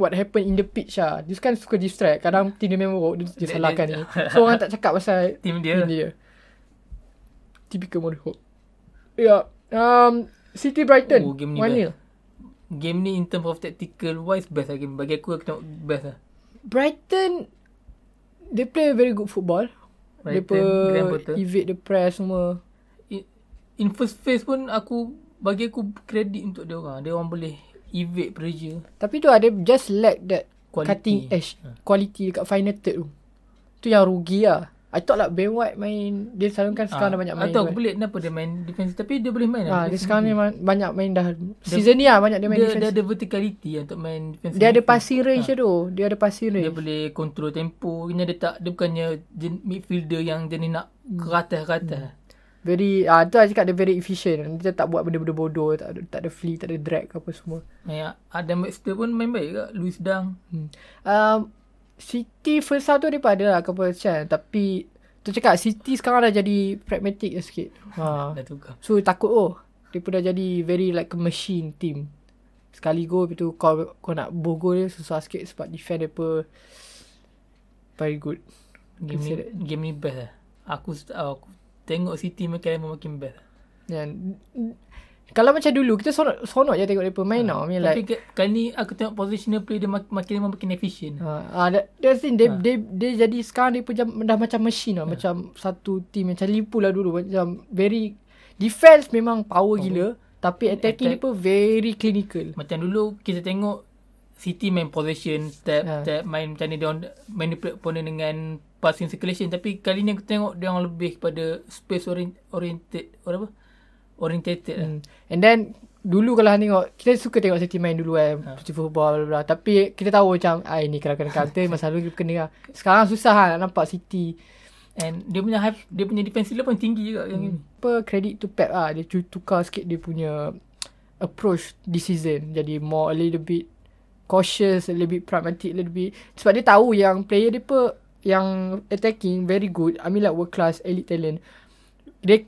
Speaker 1: What happened in the pitch lah Dia kan suka distract Kadang team dia memang oh, Dia, dia
Speaker 2: Hmm. Dia-
Speaker 1: salahkan
Speaker 2: dia- Ya.
Speaker 1: ni So orang tak cakap pasal yeah.
Speaker 2: Team dia.
Speaker 1: Team dia Typical Moriho Yeah um, City Brighton
Speaker 2: Oh, game ni
Speaker 1: 1-0.
Speaker 2: Game ni in terms of tactical wise best lah game. Bagi aku aku tengok best lah.
Speaker 1: Brighton They play very good football Mereka
Speaker 2: Brighton, Graham Potter.
Speaker 1: evade the press semua
Speaker 2: In, in first phase pun aku bagi aku kredit untuk dia orang. Dia orang boleh evade pressure.
Speaker 1: Tapi tu ada just lack that
Speaker 2: Quality. Hmm.
Speaker 1: cutting edge quality dekat final third tu. Tu yang rugi lah. I thought lah Ben White main dia selalu kan sekarang
Speaker 2: Ah,
Speaker 1: dah banyak main.
Speaker 2: Atau
Speaker 1: kan.
Speaker 2: aku pelik kenapa dia main defensive tapi dia boleh main
Speaker 1: Ah,
Speaker 2: lah.
Speaker 1: dia sekarang ni ma- banyak main dah. Season ni lah banyak dia main
Speaker 2: dia, dia
Speaker 1: defense. Dia,
Speaker 2: ada verticality lah untuk main defensive.
Speaker 1: ada passing range dia tu. Dia ada passing
Speaker 2: dia
Speaker 1: range.
Speaker 2: boleh control tempo. Dia dia tak dia bukannya jen- midfielder yang jenis nak keratas-keratas.
Speaker 1: Very ah tu lah cakap dia very efficient. Dia tak buat benda-benda bodoh, tak ada tak ada flea, tak ada drag ke apa semua.
Speaker 2: Main Adam Webster pun main baik juga. Louis Dang.
Speaker 1: Hmm. Um, City first half tu dia pun ada lah competition tapi tu cakap City sekarang dah jadi pragmatic lah sikit. Ha.
Speaker 2: Dah tukar.
Speaker 1: So takut oh dia pun dah jadi very like a machine team. Sekali go lepas tu kau, kau nak bogo dia susah sikit sebab defend dia pun very good.
Speaker 2: Game ni, game ni best lah. Aku, uh, aku tengok City makin lama makin best. lah.
Speaker 1: Dan Ya, kalau macam dulu kita sonok, sonok je tengok depa main tau. I mean,
Speaker 2: Like, Tapi
Speaker 1: like
Speaker 2: ke- kali ni aku tengok positional play dia mak- makin lama makin efficient.
Speaker 1: Ha, ah, that, that's the thing. Dia, dia, dia jadi sekarang dia pun jam, dah macam mesin lah. Macam satu team. Macam Liverpool lah dulu. Macam very... Defense memang power gila. Tapi attacking dia pun very clinical.
Speaker 2: Macam dulu kita tengok City main possession, tap,
Speaker 1: Ha.
Speaker 2: tap, main macam ni dia orang manipulate opponent dengan passing circulation. Tapi kali ni aku tengok dia orang lebih kepada space orient, oriented, orang apa? Orientated lah.
Speaker 1: Hmm. And then dulu kalau hang tengok kita suka tengok City main dulu kan ha. football bla bla bla. tapi kita tahu macam ah ini kalau kena counter masa lalu kita kena lah. sekarang susah lah nak nampak City
Speaker 2: And dia punya hype, dia punya defensive level pun tinggi juga
Speaker 1: Hmm.
Speaker 2: yang ni.
Speaker 1: apa credit to Pep ah dia cu- tukar sikit dia punya approach this season jadi more a little bit cautious a little bit pragmatic a little bit sebab dia tahu yang player dia pun yang attacking very good I mean like world class elite talent dia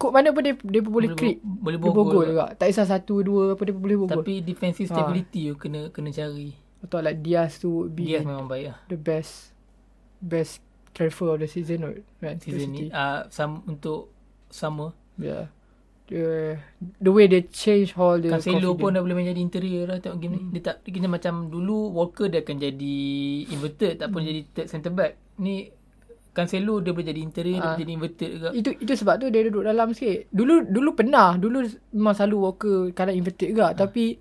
Speaker 1: kod mana pun dia, dia pun boleh
Speaker 2: Boleh
Speaker 1: create
Speaker 2: bo-
Speaker 1: boleh
Speaker 2: boleh buat
Speaker 1: bogol
Speaker 2: gol
Speaker 1: juga tak kisah satu dua apa dia pun boleh bogol
Speaker 2: Tapi defensive
Speaker 1: Ha.
Speaker 2: stability you kena kena cari.
Speaker 1: atau like Diaz tu would be
Speaker 2: Dia memang baik lah.
Speaker 1: the best best transfer of the season right, right? to
Speaker 2: season
Speaker 1: City.
Speaker 2: ni uh, sam, untuk summer
Speaker 1: yeah the, the way they change all the confidence.
Speaker 2: Cancelo Kan pun dah boleh main jadi interior lah tengok
Speaker 1: Hmm.
Speaker 2: game ni dia tak dia kena macam dulu Walker dia akan jadi inverted tak pun
Speaker 1: Hmm.
Speaker 2: jadi third centre back ni Cancelo dia boleh jadi interior dia
Speaker 1: Ah.
Speaker 2: boleh jadi inverted juga
Speaker 1: Itu itu sebab tu dia duduk dalam sikit. Dulu dulu pernah, dulu memang selalu Walker kadang inverted juga ha. tapi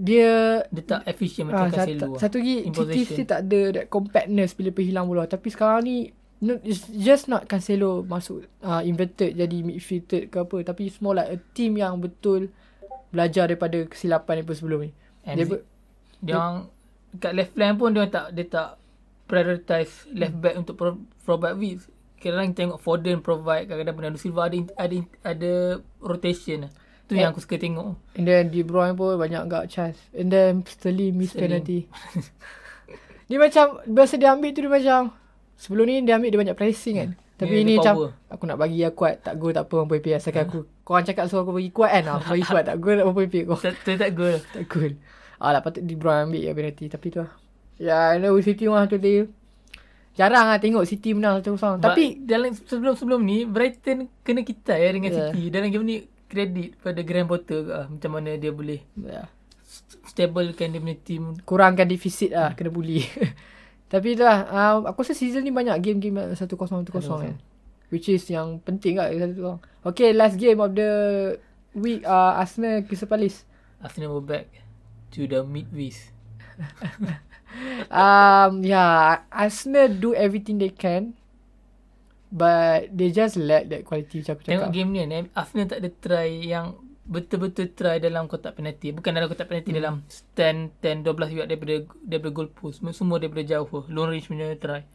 Speaker 1: dia
Speaker 2: dia tak efficient
Speaker 1: ah,
Speaker 2: macam Cancelo
Speaker 1: satu,
Speaker 2: lah.
Speaker 1: satu lagi
Speaker 2: In
Speaker 1: City
Speaker 2: possession.
Speaker 1: still tak ada that compactness bila pergi hilang bola tapi sekarang ni no, it's just not Cancelo masuk uh, inverted jadi midfielder ke apa tapi it's more like a team yang betul belajar daripada kesilapan daripada sebelum ni.
Speaker 2: And
Speaker 1: Dia, ber-
Speaker 2: dia orang kat left flank pun dia orang tak dia tak prioritize left
Speaker 1: Hmm.
Speaker 2: back untuk pro- provide width kadang tengok Foden provide kadang-kadang Bernardo Silva ada ada ada rotation lah.
Speaker 1: Eh.
Speaker 2: tu yang aku suka tengok
Speaker 1: and then De Bruyne pun banyak agak chance. And then Sterling miss
Speaker 2: Sterling.
Speaker 1: penalty. Dia macam Biasa dia ambil tu dia macam Sebelum ni dia ambil dia banyak pressing kan Tapi
Speaker 2: Hmm. Dia-
Speaker 1: ini
Speaker 2: dia
Speaker 1: macam
Speaker 2: power. Hmm.
Speaker 1: Aku nak bagi yang kuat Tak go tak apa Mampu happy Asalkan aku Korang cakap suruh aku bagi kuat kan Aku bagi kuat tak go tak mampu happy Kau
Speaker 2: tak, tak, tak gol
Speaker 1: tak cool Alah patut De Bruyne ambil ya penalty Tapi tu lah Ya I know City one tu dia Jarang lah tengok City menang satu kosong Tapi
Speaker 2: Tapi dalam sebelum-sebelum ni Brighton kena kita ya dengan
Speaker 1: Yeah.
Speaker 2: yeah. City. Dalam game ni kredit pada Graham Potter ke, ah, macam mana dia boleh
Speaker 1: ya,
Speaker 2: stablekan dia punya team.
Speaker 1: Kurangkan defisit lah Kena bully Tapi tu lah um, Aku rasa season ni banyak Game-game 1-0 1-0 kan Which is yang penting kat 1-0 Okay last game of the Week uh, Arsenal Crystal Palace
Speaker 2: Arsenal were back to the midways.
Speaker 1: um yeah Arsenal do everything they can but they just lack that quality macam aku cakap
Speaker 2: Tengok game ni kan, eh, Arsenal tak ada try yang betul-betul try dalam kotak penalti. Bukan dalam
Speaker 1: Hmm.
Speaker 2: kotak penalti dalam stand 10 12 yard daripada daripada goal post. Semua daripada jauh. Long range punya try.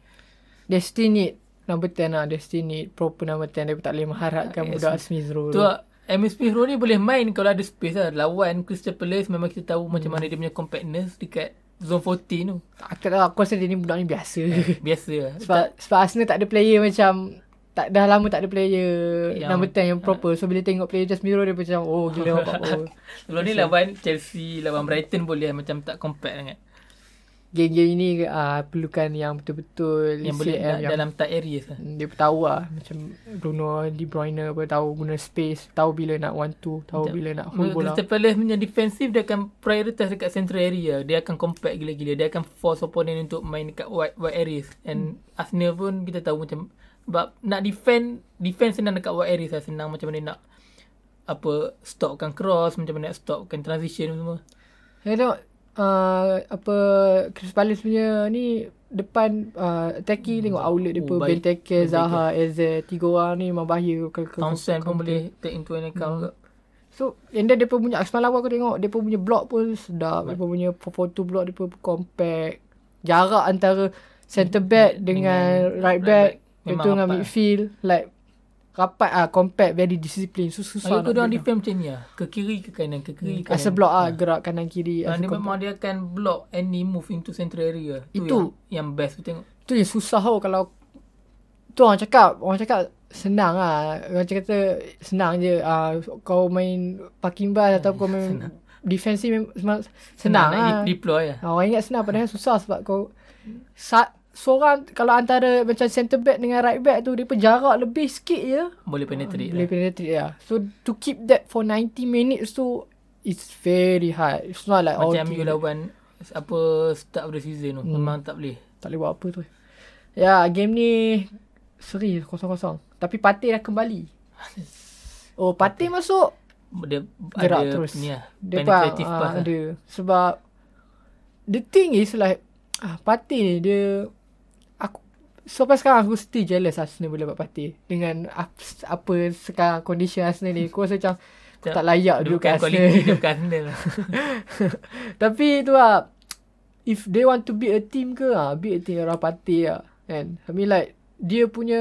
Speaker 1: they still need number 10 lah they still need proper number 10 dia pun tak boleh mengharapkan budak Smith Rowe
Speaker 2: Tu
Speaker 1: tu
Speaker 2: lah Emis Pirlo ni boleh main kalau ada space lah. Lawan Crystal Palace memang kita tahu macam
Speaker 1: Hmm.
Speaker 2: mana dia punya compactness dekat zone 14 tu.
Speaker 1: Tak tahu aku rasa dia ni budak ni biasa.
Speaker 2: Biasa lah.
Speaker 1: sebab sebab Arsenal tak ada player macam tak dah lama tak ada player
Speaker 2: Yang-
Speaker 1: yang, number 10 yang proper. So bila tengok player Casemiro dia macam oh gila nampak power.
Speaker 2: Sebelum ni lawan Chelsea, lawan Brighton boleh lah. macam tak compact sangat.
Speaker 1: Game-game ini uh, perlukan yang betul-betul
Speaker 2: Yang boleh
Speaker 1: CM
Speaker 2: nak dalam tight areas lah.
Speaker 1: dia tahu lah macam Bruno De Bruyne apa tahu guna space tahu bila nak one two tahu bila nak hold bola
Speaker 2: Crystal Palace punya defensif dia akan prioritas dekat central area. Dia akan compact gila-gila. Dia akan force opponent untuk main dekat wide, wide areas. And hmm. Arsenal pun kita tahu macam sebab nak defend defend senang dekat wide areas lah. Senang macam mana nak apa stopkan cross, macam mana nak stopkan transition semua.
Speaker 1: saya tengok uh, apa Chris Palace punya ni depan uh, attacking tengok outlet dia
Speaker 2: Oh,
Speaker 1: pun
Speaker 2: baik.
Speaker 1: Benteke Zaha Eze tiga orang ni memang bahaya kalau- kalau-
Speaker 2: Townsend pun boleh take into an account. Hmm.
Speaker 1: So and then depa punya Arsenal lawan aku tengok depa punya block pun sedap. Depa punya 442 block depa compact. Jarak antara centre back dengan, right back,
Speaker 2: Hmm. back. Memang
Speaker 1: itu dengan
Speaker 2: rapat.
Speaker 1: midfield like rapat ah compact very discipline. So susah.
Speaker 2: Aku
Speaker 1: nak bina.
Speaker 2: dia defend macam ni lah. Ke kiri ke kanan, ke kiri ke kanan.
Speaker 1: As a block ah gerak kanan kiri.
Speaker 2: Dan
Speaker 1: as a
Speaker 2: dia
Speaker 1: compact.
Speaker 2: memang dia akan block any move into central area. Tu
Speaker 1: Itu.
Speaker 2: yang, yang best tu tengok.
Speaker 1: Tu yang susah tau kalau tu orang cakap, orang cakap senang ah. Orang cakap kata senang je ah kau main parking bus atau kau main defensive memang senang, senang
Speaker 2: Hmm. nak
Speaker 1: ah.
Speaker 2: de- deploy lah.
Speaker 1: Ha, orang ingat senang padahal susah sebab kau sa, seorang kalau antara macam centre back dengan right back tu dia pun jarak lebih sikit je
Speaker 2: Boleh penetrate
Speaker 1: boleh
Speaker 2: lah.
Speaker 1: penetrate lah. So to keep that for 90 minutes tu it's very hard. It's not like oh,
Speaker 2: Macam
Speaker 1: all
Speaker 2: you lah.
Speaker 1: team
Speaker 2: lawan apa start of the season tu. Hmm. Memang tak boleh.
Speaker 1: tak boleh buat apa tu. Ya, yeah, game ni seri kosong-kosong. Tapi Patih dah kembali. Oh, Patih masuk.
Speaker 2: Dia
Speaker 1: Gerak
Speaker 2: ada
Speaker 1: terus.
Speaker 2: ni lah.
Speaker 1: Dia
Speaker 2: Penetrative
Speaker 1: faham,
Speaker 2: pass
Speaker 1: ah,
Speaker 2: lah.
Speaker 1: Ada. Sebab the thing is like ah, Patih ni dia aku sampai sekarang aku still jealous Arsenal boleh buat Patih dengan apa, apa sekarang condition Arsenal ni. Aku rasa macam aku tak layak
Speaker 2: Dia
Speaker 1: duduk
Speaker 2: bukan
Speaker 1: kat
Speaker 2: quality, dia
Speaker 1: Arsenal.
Speaker 2: bukan Arsenal lah.
Speaker 1: Tapi tu lah if they want to be a team ke ah, be a team around Patih lah. Kan? I mean like dia punya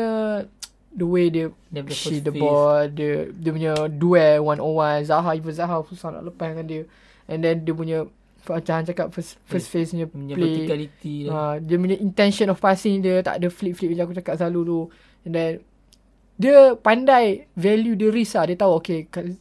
Speaker 1: the way dia
Speaker 2: Dia punya
Speaker 1: she the
Speaker 2: first
Speaker 1: ball dia dia punya duel one on one Zaha even Zaha susah nak lepas dengan dia and then dia punya macam Han cakap first first phase punya
Speaker 2: Punya
Speaker 1: play
Speaker 2: verticality lah.
Speaker 1: ha, dia punya intention of passing dia tak ada flip flip macam aku cakap selalu tu and then dia pandai value the risk lah dia tahu okay kal-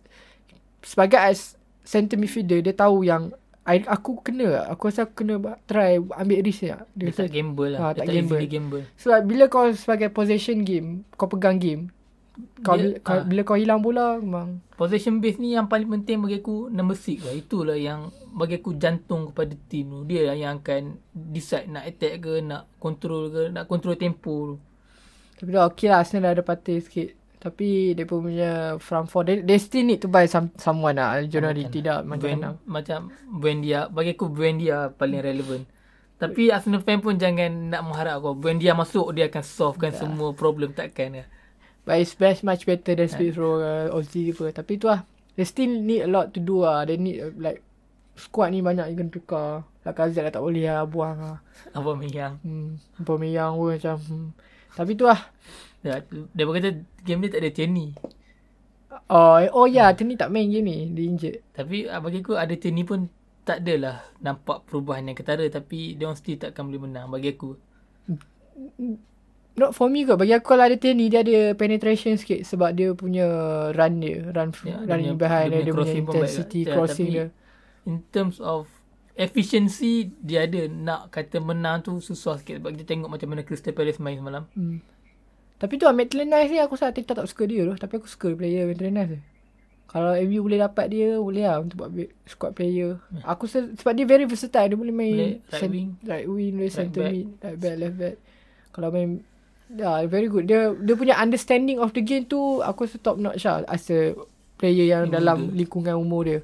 Speaker 1: sebagai as centre midfielder dia tahu yang I, aku kena aku rasa aku kena ba- try ambil risk ni lah.
Speaker 2: Dia
Speaker 1: dia,
Speaker 2: tak gamble lah.
Speaker 1: Ah,
Speaker 2: Dia
Speaker 1: tak
Speaker 2: tak
Speaker 1: gamble.
Speaker 2: easily gamble.
Speaker 1: sebab bila kau sebagai possession game kau pegang game kau, bila,
Speaker 2: Dia-
Speaker 1: kau,
Speaker 2: ah.
Speaker 1: bila kau hilang bola memang
Speaker 2: Possession base ni yang paling penting bagi aku number 6 lah. Itulah yang bagi aku jantung kepada team tu. Dia lah yang akan decide nak attack ke, nak control ke, nak control tempo tu.
Speaker 1: Tapi dah okay lah Arsenal dah ada patah sikit Tapi dia pun punya front four They, they still need to buy some, someone lah
Speaker 2: Ah,
Speaker 1: Jonari tidak macam
Speaker 2: Buen,
Speaker 1: mana
Speaker 2: macam Buendia bagi aku Buendia paling relevan. Tapi Arsenal fan pun jangan nak mengharap kau. Buendia masuk dia akan solvekan semua problem takkan lah.
Speaker 1: But it's best much better
Speaker 2: Ah.
Speaker 1: than Smith Rowe uh, Ozzy ke apa Tapi tu lah They still need a lot to do lah They need uh, like Squad ni banyak yang kena tukar Lacazette dah tak boleh lah Buang lah
Speaker 2: Apa yang
Speaker 1: hmm, Pemeyang pun macam hmm. Tapi tu lah
Speaker 2: dia, dia berkata game ni tak ada Tierney.
Speaker 1: Oh, oh ya, yeah, Tony tak main game ni Dia injet
Speaker 2: Tapi ah, bagi aku ada Tierney pun tak adalah nampak perubahan yang ketara tapi dia orang still takkan boleh menang bagi aku.
Speaker 1: Not for me kot Bagi aku kalau ada Tierney Dia ada penetration sikit Sebab dia punya Run dia Run
Speaker 2: Ya,
Speaker 1: yeah,
Speaker 2: dia
Speaker 1: running
Speaker 2: punya-
Speaker 1: behind
Speaker 2: dia
Speaker 1: dia,
Speaker 2: punya
Speaker 1: dia, punya
Speaker 2: crossing pun baik lah.
Speaker 1: intensity
Speaker 2: Ya,
Speaker 1: Crossing
Speaker 2: tapi-
Speaker 1: dia
Speaker 2: In terms of efficiency dia ada nak kata menang tu susah sikit sebab kita tengok macam mana Crystal Palace main semalam.
Speaker 1: hmm. Tapi tu lah Maitland Nice ni Aku saat tak, tak suka dia tu Tapi aku suka player Maitland Nice ni Kalau MU boleh dapat dia Boleh lah Untuk buat big squad player Aku se- Sebab dia very versatile Dia boleh main
Speaker 2: Ya. Boleh right wing.
Speaker 1: Right wing Right center
Speaker 2: back.
Speaker 1: mid Right back Left back Kalau main Ya, very good. Dia dia punya understanding of the game tu aku rasa top notch lah as a player yang
Speaker 2: Dia
Speaker 1: dalam
Speaker 2: muda.
Speaker 1: lingkungan umur dia.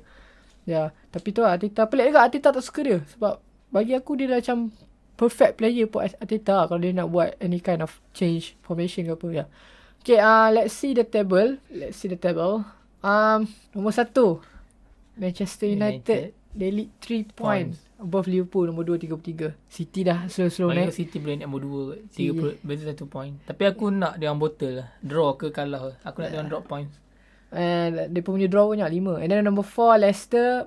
Speaker 1: Ya, tapi tu lah, Ateta pelik juga Ateta tak suka dia sebab bagi aku dia dah macam perfect player buat Ateta lah kalau dia nak buat any kind of change formation ke apa ya. Okay, uh, let's see the table. Let's see the table. Um, nombor satu. Manchester United.
Speaker 2: United.
Speaker 1: They lead 3 points. Above Liverpool nombor 2, 33. City dah slow-slow
Speaker 2: Bagi aku
Speaker 1: naik.
Speaker 2: City boleh naik nombor 2 lah. 30 beza 1 point. Tapi aku nak dia orang bottle lah. Draw ke kalah. ke. Aku nak dia orang drop points.
Speaker 1: And dia punya draw banyak 5. And then number 4 Leicester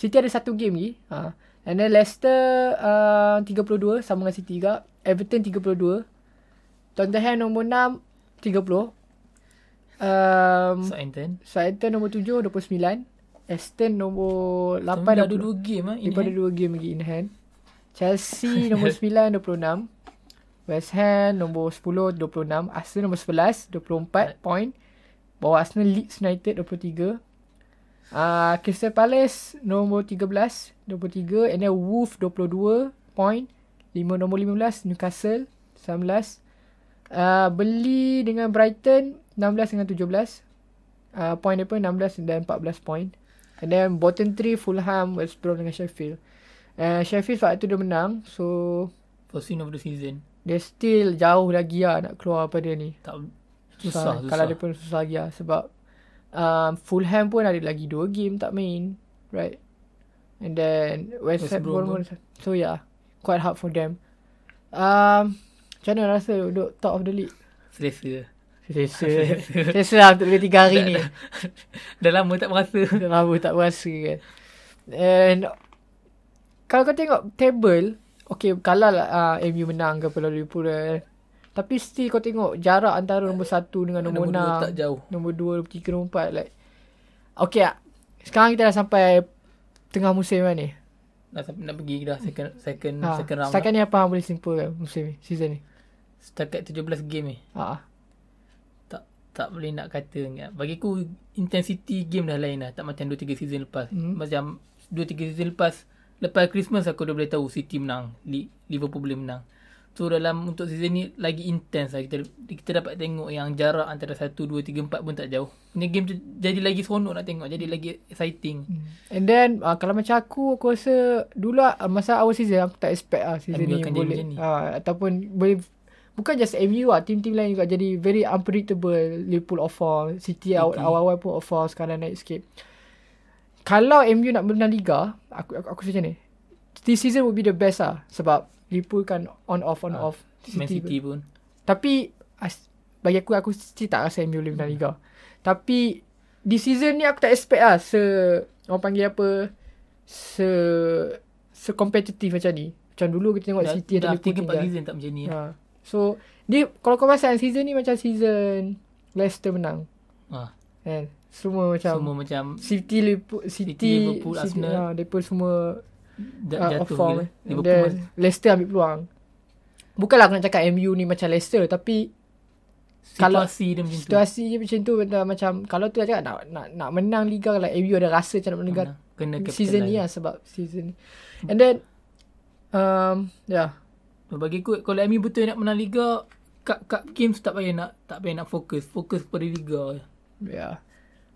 Speaker 1: City ada satu game lagi. Ha. And then Leicester uh, 32 sama dengan City juga. Everton 32. Tottenham nombor 6 30. Um,
Speaker 2: Southampton.
Speaker 1: Southampton nombor 7 29. Aston nombor 8
Speaker 2: Tapi dah ada
Speaker 1: 20.
Speaker 2: dua game ah.
Speaker 1: Daripada
Speaker 2: Ini.
Speaker 1: dua game lagi in hand. Chelsea nombor 9 26. West Ham nombor 10 26. Arsenal nombor 11 24 point. Bawah Arsenal Leeds United 23. Uh, Crystal Palace nombor 13 23 and then Wolves 22 point. 5 nombor 15 Newcastle 19. Uh, beli dengan Brighton 16 dengan 17. Uh, point dia pun 16 dan 14 point. And then bottom 3 Fulham, West Brom dengan Sheffield. Uh, Sheffield sebab tu dia menang. So
Speaker 2: First win of the season.
Speaker 1: dia still jauh lagi lah nak keluar pada ni.
Speaker 2: Tak susah, susah.
Speaker 1: Kalau dia pun susah lagi lah sebab um, Fulham pun ada lagi 2 game tak main. Right. And then West,
Speaker 2: West
Speaker 1: Ham
Speaker 2: Brom
Speaker 1: Brom pun. So yeah. Quite hard for them. Um, macam mana rasa duduk top of the league?
Speaker 2: Selesa.
Speaker 1: Selesa. Selesa lah untuk 3 hari ni.
Speaker 2: Dah lama tak merasa.
Speaker 1: Dah lama tak berasa kan. And kalau kau tengok table, okay kalau lah uh, MU menang ke Pulau Liverpool eh. Tapi still kau tengok jarak antara nombor 1 dengan nombor
Speaker 2: Nombor dua tak
Speaker 1: 6.
Speaker 2: jauh.
Speaker 1: Nombor 2, nombor 3, nombor 4 like. Okay lah. Sekarang kita dah sampai tengah musim kan ni.
Speaker 2: Dah sampai nak pergi dah second second
Speaker 1: Ha,
Speaker 2: second round. lah.
Speaker 1: setakat ni apa yang boleh simpulkan musim ni, season ni.
Speaker 2: Setakat 17 game ni.
Speaker 1: Ha.
Speaker 2: Tak tak boleh nak kata ingat. Bagi aku intensity game dah lain lah. Tak macam 2 3 season lepas.
Speaker 1: Hmm.
Speaker 2: Macam 2 3 season lepas lepas Christmas aku dah boleh tahu City menang, Li- Liverpool boleh menang. So dalam untuk season ni lagi intense lah kita kita dapat tengok yang jarak antara 1 2 3 4 pun tak jauh. Ni game tu jadi lagi seronok nak tengok, jadi lagi exciting.
Speaker 1: And then uh, kalau macam aku aku rasa dulu lah, uh, masa awal season aku tak expect ah season
Speaker 2: MU
Speaker 1: ni
Speaker 2: akan jadi
Speaker 1: boleh
Speaker 2: macam ni.
Speaker 1: uh, ataupun boleh bukan just MU lah team-team lain juga jadi very unpredictable Liverpool off form City awal- awal-awal pun off form sekarang naik sikit kalau MU nak menang liga aku aku, aku rasa macam ni this season will be the best lah sebab Liverpool kan on off on
Speaker 2: Ah,
Speaker 1: off
Speaker 2: Man City pun.
Speaker 1: tapi as, bagi aku aku still tak rasa MU boleh menang liga. Tapi di season ni aku tak expect lah se orang panggil apa se se kompetitif macam ni. Macam dulu kita tengok City
Speaker 2: dah,
Speaker 1: atau
Speaker 2: dah tiga
Speaker 1: Liverpool
Speaker 2: empat
Speaker 1: tinggal.
Speaker 2: season tak macam ni. Ha.
Speaker 1: Ha. So dia kalau kau pasang season ni macam season Leicester menang kan. Semua macam
Speaker 2: Ah, Semua macam
Speaker 1: City Liverpool City,
Speaker 2: City, Liverpool, Arsenal.
Speaker 1: Ha, depa semua
Speaker 2: da-
Speaker 1: uh, off
Speaker 2: jatuh
Speaker 1: form.
Speaker 2: gila.
Speaker 1: eh. And
Speaker 2: Liverpool
Speaker 1: Then Leicester ambil peluang. Bukanlah aku nak cakap MU ni macam Leicester tapi kalau-
Speaker 2: situasi dia macam tu.
Speaker 1: Situasi dia macam tu betul macam kalau tu nak cakap nak nak, nak menang liga kalau MU ada rasa macam nak menang liga
Speaker 2: Kena- Kena
Speaker 1: season ni lah sebab season ni. And then um yeah.
Speaker 2: Bagi aku kalau Amy betul nak menang liga kat kat games tak payah nak tak payah nak fokus. Fokus kepada liga.
Speaker 1: Yeah. ya.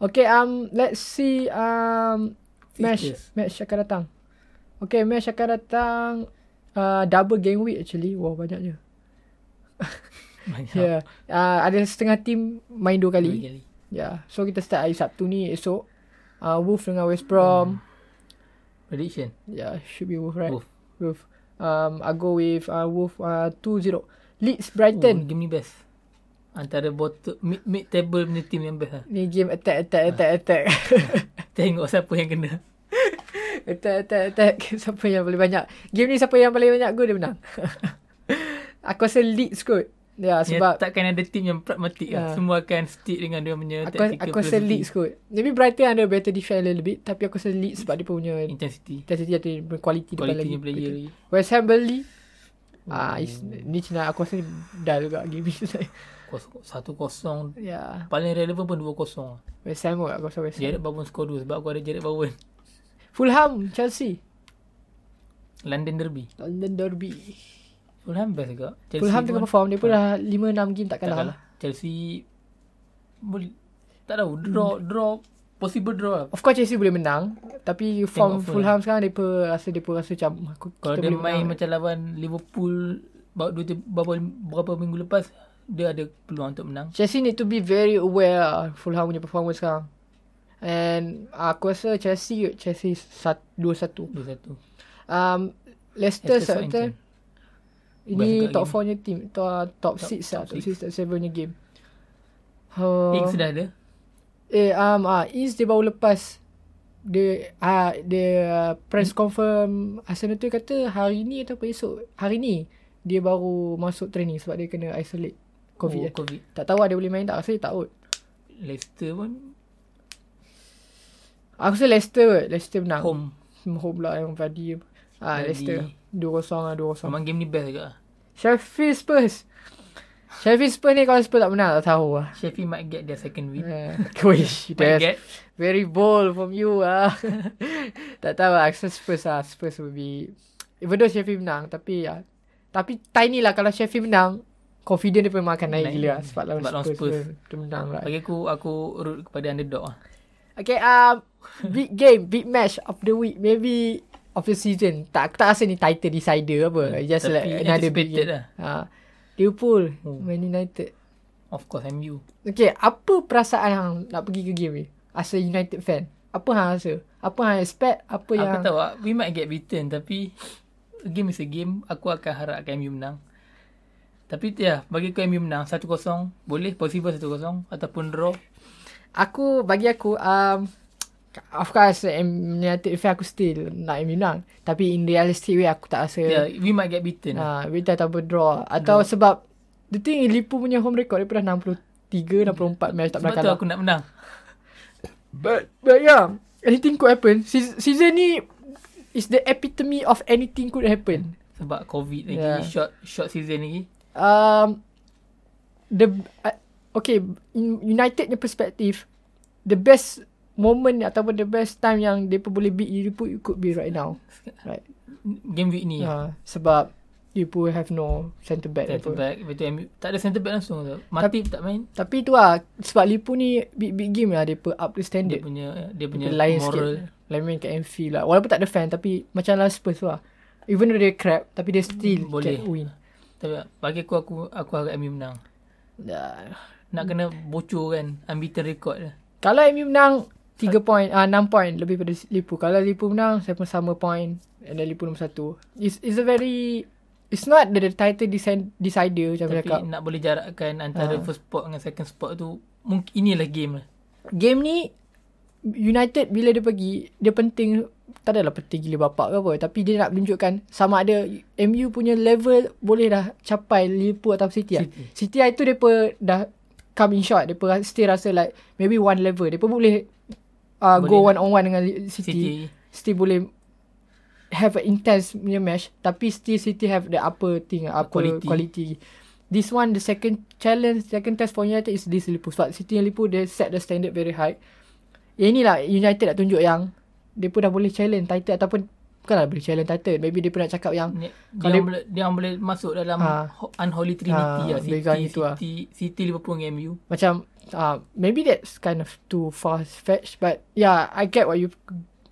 Speaker 1: Okay um let's see um match
Speaker 2: Fixtures.
Speaker 1: match akan datang. Okay match akan datang uh, double game week actually. Wow banyaknya.
Speaker 2: Banyak.
Speaker 1: Yeah. Uh, ada setengah team main dua
Speaker 2: Ha. Dua
Speaker 1: kali. Yeah. So kita start hari Sabtu ni esok. Uh, Wolf dengan West
Speaker 2: Hmm.
Speaker 1: Brom.
Speaker 2: Prediction.
Speaker 1: Yeah, should be Wolf, right?
Speaker 2: Wolf.
Speaker 1: Wolf. Um, I go with uh, Wolf uh, 2-0. Leeds
Speaker 2: Oh,
Speaker 1: Brighton.
Speaker 2: game ni best. Antara bottom mid, mid table punya team yang best lah.
Speaker 1: Ni game attack, attack, attack, attack.
Speaker 2: Tengok siapa
Speaker 1: Ah,
Speaker 2: yang kena.
Speaker 1: attack, attack, attack. Siapa yang paling banyak. Game ni siapa yang paling banyak gol dia menang. aku rasa Leeds kot. Ya, yeah,
Speaker 2: Sebab
Speaker 1: sebab
Speaker 2: takkan ada team yang pragmatik
Speaker 1: Ah.
Speaker 2: lah. Semua akan stick dengan dia punya
Speaker 1: aku,
Speaker 2: tactical
Speaker 1: aku rasa
Speaker 2: philosophy.
Speaker 1: Leeds kot. Maybe Brighton ada better defense a little bit. Tapi aku rasa Leeds sebab dia punya
Speaker 2: Intensity.
Speaker 1: intensity atau dia punya quality, depan
Speaker 2: Hmm. Quality
Speaker 1: lagi.
Speaker 2: punya player Hmm. lagi.
Speaker 1: West Ham Burnley. Ah, is, ni cina aku rasa dah juga game ni.
Speaker 2: Kos- Satu kosong.
Speaker 1: ya,
Speaker 2: Paling relevan pun dua kosong. lah.
Speaker 1: West Ham kot aku rasa West Ham.
Speaker 2: Jared Bowen skor dua sebab aku ada Jared Bowen.
Speaker 1: Fulham, Chelsea.
Speaker 2: London Derby.
Speaker 1: London Derby.
Speaker 2: Fulham best juga. Chelsea
Speaker 1: Fulham
Speaker 2: pun
Speaker 1: tengah perform. Dia pun dah 5-6 game tak
Speaker 2: tak
Speaker 1: kalah.
Speaker 2: kalah. Chelsea boleh tak tahu draw
Speaker 1: Hmm.
Speaker 2: draw possible draw lah.
Speaker 1: Of course Chelsea boleh menang. Tapi form Fulham
Speaker 2: Fulham.
Speaker 1: sekarang dia pun rasa dia pun rasa macam aku,
Speaker 2: Kalau
Speaker 1: kita
Speaker 2: dia
Speaker 1: boleh
Speaker 2: main
Speaker 1: menang.
Speaker 2: macam lawan Liverpool ba- dua tiga- berapa, berapa minggu lepas dia ada peluang untuk menang.
Speaker 1: Chelsea need to be very aware lah Fulham punya performance sekarang. And uh, aku rasa Chelsea kot. Chelsea sat- 2-1.
Speaker 2: Dua satu.
Speaker 1: Um, Leicester
Speaker 2: Leicester
Speaker 1: Southampton.
Speaker 2: Best
Speaker 1: Ini
Speaker 2: juga
Speaker 1: top
Speaker 2: game.
Speaker 1: 4 punya team. Top, top
Speaker 2: Top-
Speaker 1: 6 lah.
Speaker 2: top
Speaker 1: Top
Speaker 2: six.
Speaker 1: 6, top 7 punya game.
Speaker 2: Uh,
Speaker 1: Uh,
Speaker 2: Ings dah ada.
Speaker 1: Eh um ah Is dia baru lepas dia ah dia ah,
Speaker 2: Hmm.
Speaker 1: press confirm Arsenal tu kata hari ni atau apa esok hari ni dia baru masuk training sebab dia kena isolate
Speaker 2: oh,
Speaker 1: COVID. Oh,
Speaker 2: COVID.
Speaker 1: tak tahu lah dia boleh main tak. Saya tak kot.
Speaker 2: Leicester pun
Speaker 1: Aku rasa Leicester kot. Leicester menang. Hmm,
Speaker 2: home.
Speaker 1: Home pula yang Vardy. Ah
Speaker 2: Vardy.
Speaker 1: Leicester. 2-0 lah 2-0.
Speaker 2: Memang game ni best juga.
Speaker 1: Sheffield Spurs. Sheffield Spurs ni kalau Spurs tak menang tak tahu lah.
Speaker 2: Sheffield might get their second win.
Speaker 1: Uh, wish
Speaker 2: Might
Speaker 1: that's
Speaker 2: get.
Speaker 1: very bold from you ah. tak tahu lah, aku rasa Spurs ah Spurs will be even though Sheffield menang tapi ah, tapi tiny lah kalau Sheffield menang confident dia memang akan naik
Speaker 2: Naik.
Speaker 1: gila lah, sebab lawan
Speaker 2: Sebab lawan
Speaker 1: Spurs,
Speaker 2: Spurs.
Speaker 1: dia- dia menang lah.
Speaker 2: Bagi aku, aku root kepada underdog lah.
Speaker 1: Okay, um, big game, big match of the week, maybe of the season. Tak, aku tak rasa ni title decider apa. Just
Speaker 2: Hmm, Tapi
Speaker 1: like another big
Speaker 2: anticipated
Speaker 1: game.
Speaker 2: lah.
Speaker 1: Ha. Liverpool,
Speaker 2: Hmm.
Speaker 1: Man United.
Speaker 2: Of course, MU.
Speaker 1: Okay, apa perasaan hang nak pergi ke game ni? As a United fan. Apa hang rasa? Apa hang expect? Apa yang...
Speaker 2: Aku tahu lah, we might get beaten tapi game is a game. Aku akan harapkan MU menang. Tapi ya, bagi aku MU menang 1-0. Boleh, possible 1-0. Ataupun draw.
Speaker 1: Aku, bagi aku, um, of course, M- United fan aku still nak MU menang. Tapi in reality way, aku tak rasa...
Speaker 2: Yeah, Ya, we might get beaten.
Speaker 1: Ha, Vita tak berdraw
Speaker 2: Hmm.
Speaker 1: Atau sebab The thing is Liverpool punya home record Daripada 63 64 match tak pernah
Speaker 2: Hmm. Sebab tu
Speaker 1: kalah
Speaker 2: aku nak menang.
Speaker 1: But But yeah Anything could happen Season, season ni Is the epitome of anything could happen
Speaker 2: Sebab COVID lagi,
Speaker 1: Yeah.
Speaker 2: short short season lagi.
Speaker 1: um, The uh, Okay in United punya perspective The best moment Ataupun the best time Yang mereka boleh beat Liverpool It could be right now Right
Speaker 2: Game week ni.
Speaker 1: yeah. Sebab Liverpool have no Centre back
Speaker 2: Centre
Speaker 1: apa.
Speaker 2: back. Lepas tu MU. Tak ada centre back langsung tu. Matip tak main.
Speaker 1: Tapi tu lah Sebab Liverpool ni Big big game lah Mereka up the
Speaker 2: Dia
Speaker 1: standard
Speaker 2: punya dia punya
Speaker 1: Dia lain
Speaker 2: moral.
Speaker 1: sikit Lain main kat Anfield lah Walaupun tak ada fan Tapi macam lah Spurs tu lah Even though dia crap Tapi dia still
Speaker 2: Hmm, Boleh.
Speaker 1: can win
Speaker 2: Tapi bagi aku aku aku harap MU menang.
Speaker 1: yeah.
Speaker 2: Nak kena bocor kan unbeaten record lah.
Speaker 1: Kalau MU menang 3 point ah 6 point Lebih pada Liverpool Kalau Liverpool menang Saya pun sama point And then Liverpool nombor 1 It's, it's a very It's not the, the title decide, decider Macam aku
Speaker 2: Tapi
Speaker 1: cakap
Speaker 2: nak boleh jarakkan antara
Speaker 1: Ha.
Speaker 2: first spot dengan second spot tu mungkin inilah game lah.
Speaker 1: Game ni United bila dia pergi Dia penting Tak adalah penting gila bapak ke apa Tapi dia nak menunjukkan Sama ada MU punya level Boleh dah capai Liverpool atau City lah
Speaker 2: City.
Speaker 1: City lah itu mereka dah Come in short Mereka still rasa like Maybe one level Mereka boleh uh,
Speaker 2: Boleh
Speaker 1: Go
Speaker 2: lah.
Speaker 1: one on one dengan Li- City, City.
Speaker 2: City.
Speaker 1: Still boleh Have an intense punya match Tapi still City have the upper thing Upper quality,
Speaker 2: Quality.
Speaker 1: quality. This one the second challenge Second test for United is this Liverpool Sebab City dan Liverpool They set the standard very high yang inilah United nak tunjuk yang Dia pun dah boleh challenge title Ataupun Bukanlah boleh challenge title Maybe dia pun nak cakap yang
Speaker 2: Ni- Dia,
Speaker 1: Kalau
Speaker 2: orang boleh, dia orang boleh masuk dalam
Speaker 1: Ha.
Speaker 2: ho- unholy trinity
Speaker 1: Ha,
Speaker 2: lah. City,
Speaker 1: pegang
Speaker 2: City,
Speaker 1: itu lah.
Speaker 2: City, Liverpool dengan MU.
Speaker 1: Macam uh, Maybe that's kind of Too far-fetched But yeah I get what you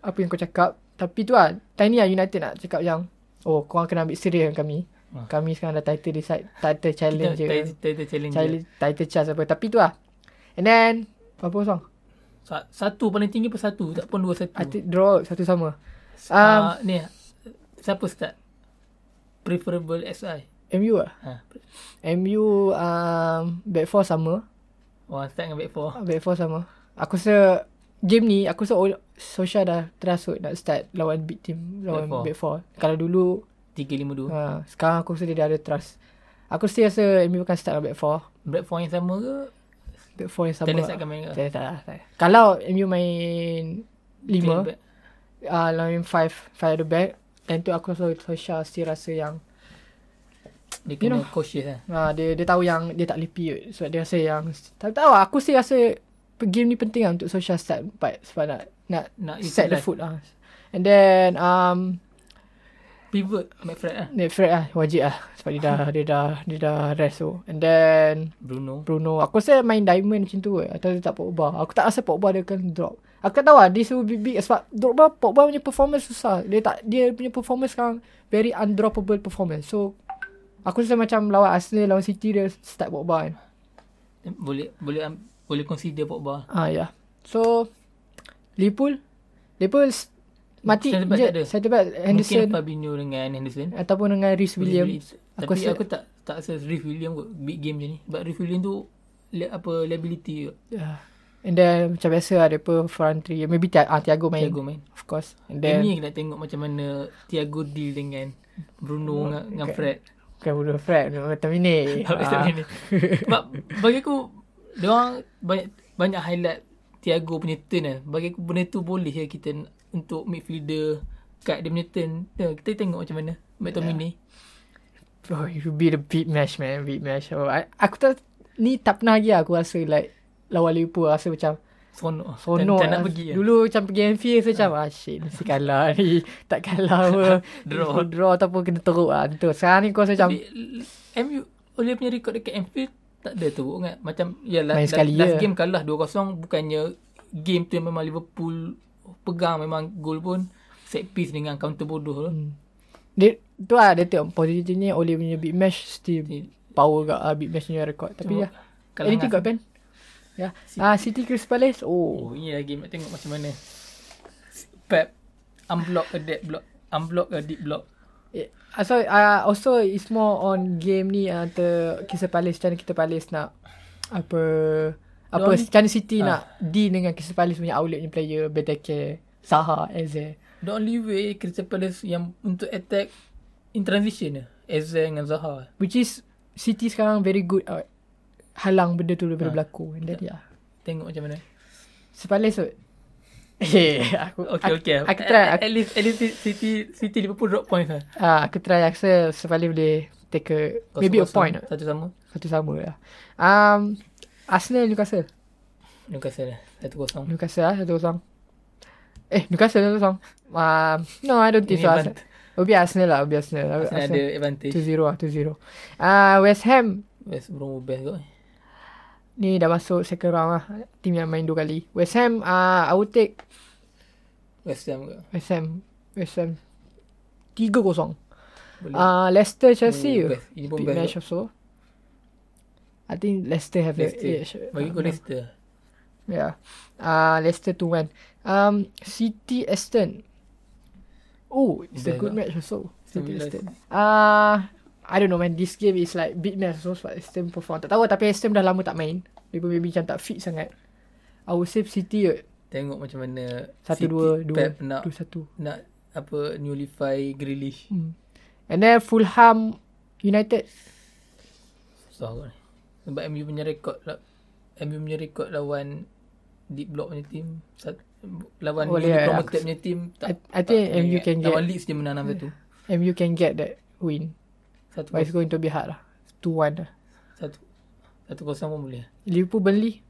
Speaker 1: Apa yang kau cakap Tapi tu lah Tiny lah United nak cakap yang Oh korang kena ambil serius dengan kami
Speaker 2: Ah.
Speaker 1: Kami sekarang dah title decide Title
Speaker 2: Kita,
Speaker 1: challenge je kan.
Speaker 2: kita, kita challenge.
Speaker 1: Challenge Title chance apa Tapi tu lah And then Berapa kosong?
Speaker 2: Sa- Satu paling tinggi pun satu. Tak pun dua satu.
Speaker 1: I think draw satu sama
Speaker 2: um, ni siapa start? Preferable SI.
Speaker 1: MU lah
Speaker 2: Ha.
Speaker 1: MU um, Back four sama
Speaker 2: Orang start dengan back four.
Speaker 1: Back four sama. Aku rasa game ni aku rasa all- Sosha dah terasut nak start lawan big team lawan
Speaker 2: four.
Speaker 1: back four. Kalau dulu
Speaker 2: Tiga lima dua.
Speaker 1: ha, sekarang aku rasa dia dah ada trust. Aku still rasa MU akan start dengan back four.
Speaker 2: Back four yang sama ke?
Speaker 1: Back four yang sama.
Speaker 2: Tennis akan main ke?
Speaker 1: Tak, tak, tak, tak. Kalau MU main lima,
Speaker 2: Back-
Speaker 1: ah uh, lawan five, five at the back, time tu aku rasa Sosha still rasa yang
Speaker 2: Dia kena cautious lah.
Speaker 1: Ha, dia dia tahu yang dia tak boleh period sebab dia rasa yang tak tahu lah, aku sih rasa pe- game ni penting lah untuk social start empat sebab nak nak,
Speaker 2: Nak
Speaker 1: set the
Speaker 2: utilise.
Speaker 1: food lah. And then um
Speaker 2: Pivot McFred lah.
Speaker 1: Nick Fred lah wajib lah sebab dia dah dia dah dia dah rest tu. And then
Speaker 2: Bruno.
Speaker 1: Bruno aku rasa main diamond macam tu kot atau dia tak Pogba. Aku tak rasa Pogba dia akan drop. Aku tak tahu lah this will be big sebab Drogba Pogba punya performance susah. Dia tak dia punya performance sekarang very undroppable performance. So aku rasa macam lawan Arsenal lawan City dia start Pogba kan.
Speaker 2: Boleh boleh am- boleh consider Pogba.
Speaker 1: Ah ya. Yeah. So Liverpool Liverpool s- mati
Speaker 2: Centre back tak ada.
Speaker 1: Center back Henderson
Speaker 2: Mungkin Fabinho dengan Henderson.
Speaker 1: ataupun dengan Rhys Williams.
Speaker 2: Tapi
Speaker 1: Aku
Speaker 2: aku,
Speaker 1: rasa-
Speaker 2: tak tak rasa Reef William kot big game je ni. Sebab Reef William tu le, apa liability kot.
Speaker 1: Yeah. Ya. And then macam biasa ada apa front three. Maybe Ti- ah, Tiago main.
Speaker 2: Thiago main.
Speaker 1: Of course. And
Speaker 2: Then,
Speaker 1: then
Speaker 2: Ini nak tengok macam mana Thiago deal dengan Bruno dengan, dengan
Speaker 1: Oh, okay.
Speaker 2: Fred.
Speaker 1: bukan Bruno Fred, Bruno Matamine.
Speaker 2: Tak boleh tak
Speaker 1: Ah.
Speaker 2: boleh ni. Sebab bagi aku dia orang banyak banyak highlight Thiago punya turn kan. Bagi aku benda tu boleh ya kita n- untuk midfielder kat dia punya turn. Ya, kita tengok macam mana
Speaker 1: Ya.
Speaker 2: McTominay.
Speaker 1: Oh, it would be the big match man, big match. Oh, I, aku tak ni tak pernah lagi lah aku rasa like lawan Liverpool rasa macam
Speaker 2: Sono.
Speaker 1: Sono
Speaker 2: tak, tak nak pergi ya. Dulu.
Speaker 1: Dulu macam pergi Anfield Saya macam ah, Shit mesti kalah ni Tak kalah apa
Speaker 2: Draw.
Speaker 1: Draw ataupun kena teruk lah Betul Sekarang ni kau rasa macam
Speaker 2: MU oleh punya rekod dekat Anfield tak ada teruk kan. Macam ya last,
Speaker 1: Main
Speaker 2: last,
Speaker 1: sekali
Speaker 2: last
Speaker 1: je.
Speaker 2: game kalah 2-0 bukannya game tu yang memang Liverpool pegang memang gol pun set piece dengan counter bodoh tu.
Speaker 1: dia, Tu lah dia tengok positifnya Oleh punya big match Still power kat uh, big match punya rekod Tapi ya
Speaker 2: Kalangan
Speaker 1: Anything got Ben Ya Ah City Crystal Palace Oh
Speaker 2: Oh, ini lagi nak tengok macam mana. Pep unblock a dead block, unblock a deep block.
Speaker 1: Yeah. Uh, So uh, also it's more on game ni uh, antara Crystal Palace macam mana kita Palace nak apa apa
Speaker 2: Diorang-
Speaker 1: macam mana City nak deal dengan Crystal Palace punya outlet punya player Benteke, Saha, Eze.
Speaker 2: The only way Crystal Palace yang untuk attack in transition ni. Ezra dengan Zaha.
Speaker 1: Which is City sekarang very good at halang benda tu
Speaker 2: Ah.
Speaker 1: daripada berlaku. And then yeah.
Speaker 2: Tengok macam mana.
Speaker 1: Crystal Palace tu. Eh, aku
Speaker 2: Okay,
Speaker 1: aku,
Speaker 2: okay.
Speaker 1: aku try
Speaker 2: At,
Speaker 1: aku,
Speaker 2: at, least, at least City, City Liverpool drop points lah.
Speaker 1: ah, aku try aku rasa Crystal Palace boleh take a, maybe a point.
Speaker 2: Kosong-kosong, Satu sama.
Speaker 1: Satu sama lah. Um, Arsenal Newcastle.
Speaker 2: Newcastle lah. Satu kosong.
Speaker 1: Newcastle lah satu kosong. Eh Newcastle satu kosong. Um, no I don't think
Speaker 2: Ini
Speaker 1: so.
Speaker 2: Bant-
Speaker 1: Arsenal. It'll be Arsenal lah. It'll be Arsenal.
Speaker 2: Arsenal ada advantage.
Speaker 1: 2-0 lah. 2-0. Uh, West Ham
Speaker 2: West Brom best kot.
Speaker 1: ni dah masuk second round lah. Tim yang main dua kali. West Ham, uh, I would take
Speaker 2: West Ham kot.
Speaker 1: West Ham. West Ham. 3-0.
Speaker 2: Boleh.
Speaker 1: Uh, Leicester, Chelsea.
Speaker 2: Ini best. Ini pun
Speaker 1: Big
Speaker 2: best
Speaker 1: match also. I think Leicester have the
Speaker 2: Leicester.
Speaker 1: edge.
Speaker 2: Bagi aku
Speaker 1: Uh,
Speaker 2: Leicester.
Speaker 1: Yeah. Uh, Leicester 2-1. Um, City Aston. Oh, it's a
Speaker 2: Then,
Speaker 1: good
Speaker 2: uh,
Speaker 1: match also. City
Speaker 2: Villa-
Speaker 1: Aston. Uh, I don't know man. This game is like big match also sebab Aston perform. Tak tahu tapi Aston dah lama tak main. Dia pun maybe macam tak fit sangat. I would save City kot.
Speaker 2: Tengok macam mana
Speaker 1: Satu,
Speaker 2: City-
Speaker 1: dua, dua,
Speaker 2: Pep nak,
Speaker 1: Tu satu. Hmm.
Speaker 2: nak apa nullify Grealish.
Speaker 1: And then Fulham United.
Speaker 2: Susah kot ni. Sebab MU punya rekod lah. MU punya rekod lawan deep block punya team. Sat, lawan
Speaker 1: Oh,
Speaker 2: oh,
Speaker 1: yeah,
Speaker 2: yeah,
Speaker 1: aku-
Speaker 2: promoted punya team.
Speaker 1: I,
Speaker 2: Tak,
Speaker 1: I think
Speaker 2: tak
Speaker 1: MU
Speaker 2: ingat.
Speaker 1: can get
Speaker 2: Lawan Leeds dia menang 6-1.
Speaker 1: MU can get that win.
Speaker 2: Satu,
Speaker 1: But it's
Speaker 2: kos-
Speaker 1: going to be hard lah. 2-1 lah.
Speaker 2: satu, satu kosong pun boleh.
Speaker 1: Liverpool Burnley.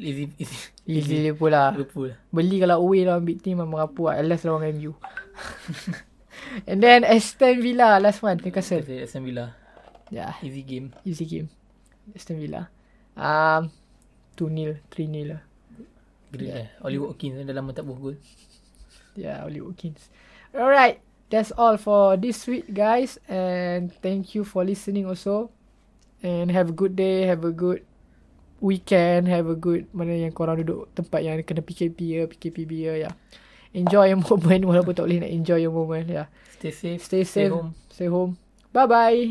Speaker 2: Easy, easy.
Speaker 1: Easy Liverpool lah.
Speaker 2: Liverpool lah.
Speaker 1: Beli kalau away lawan big team Memang rapuh lah Alas lawan MU And then Aston Villa Last one Newcastle
Speaker 2: Kata Aston Villa.
Speaker 1: Yeah
Speaker 2: Easy game.
Speaker 1: Easy game Aston Villa um, 2-0 3-0 lah
Speaker 2: Great lah. Oli Watkins dah lama tak buah gol.
Speaker 1: Yeah Oli Ya, Watkins Alright That's all for this week guys And thank you for listening also And have a good day Have a good weekend Have a good Mana yang korang duduk Tempat yang kena PKP ya PKPB ya yeah. Enjoy your moment Walaupun tak boleh nak enjoy your moment Yeah
Speaker 2: Stay safe.
Speaker 1: Stay safe.
Speaker 2: home.
Speaker 1: Stay home. Bye bye.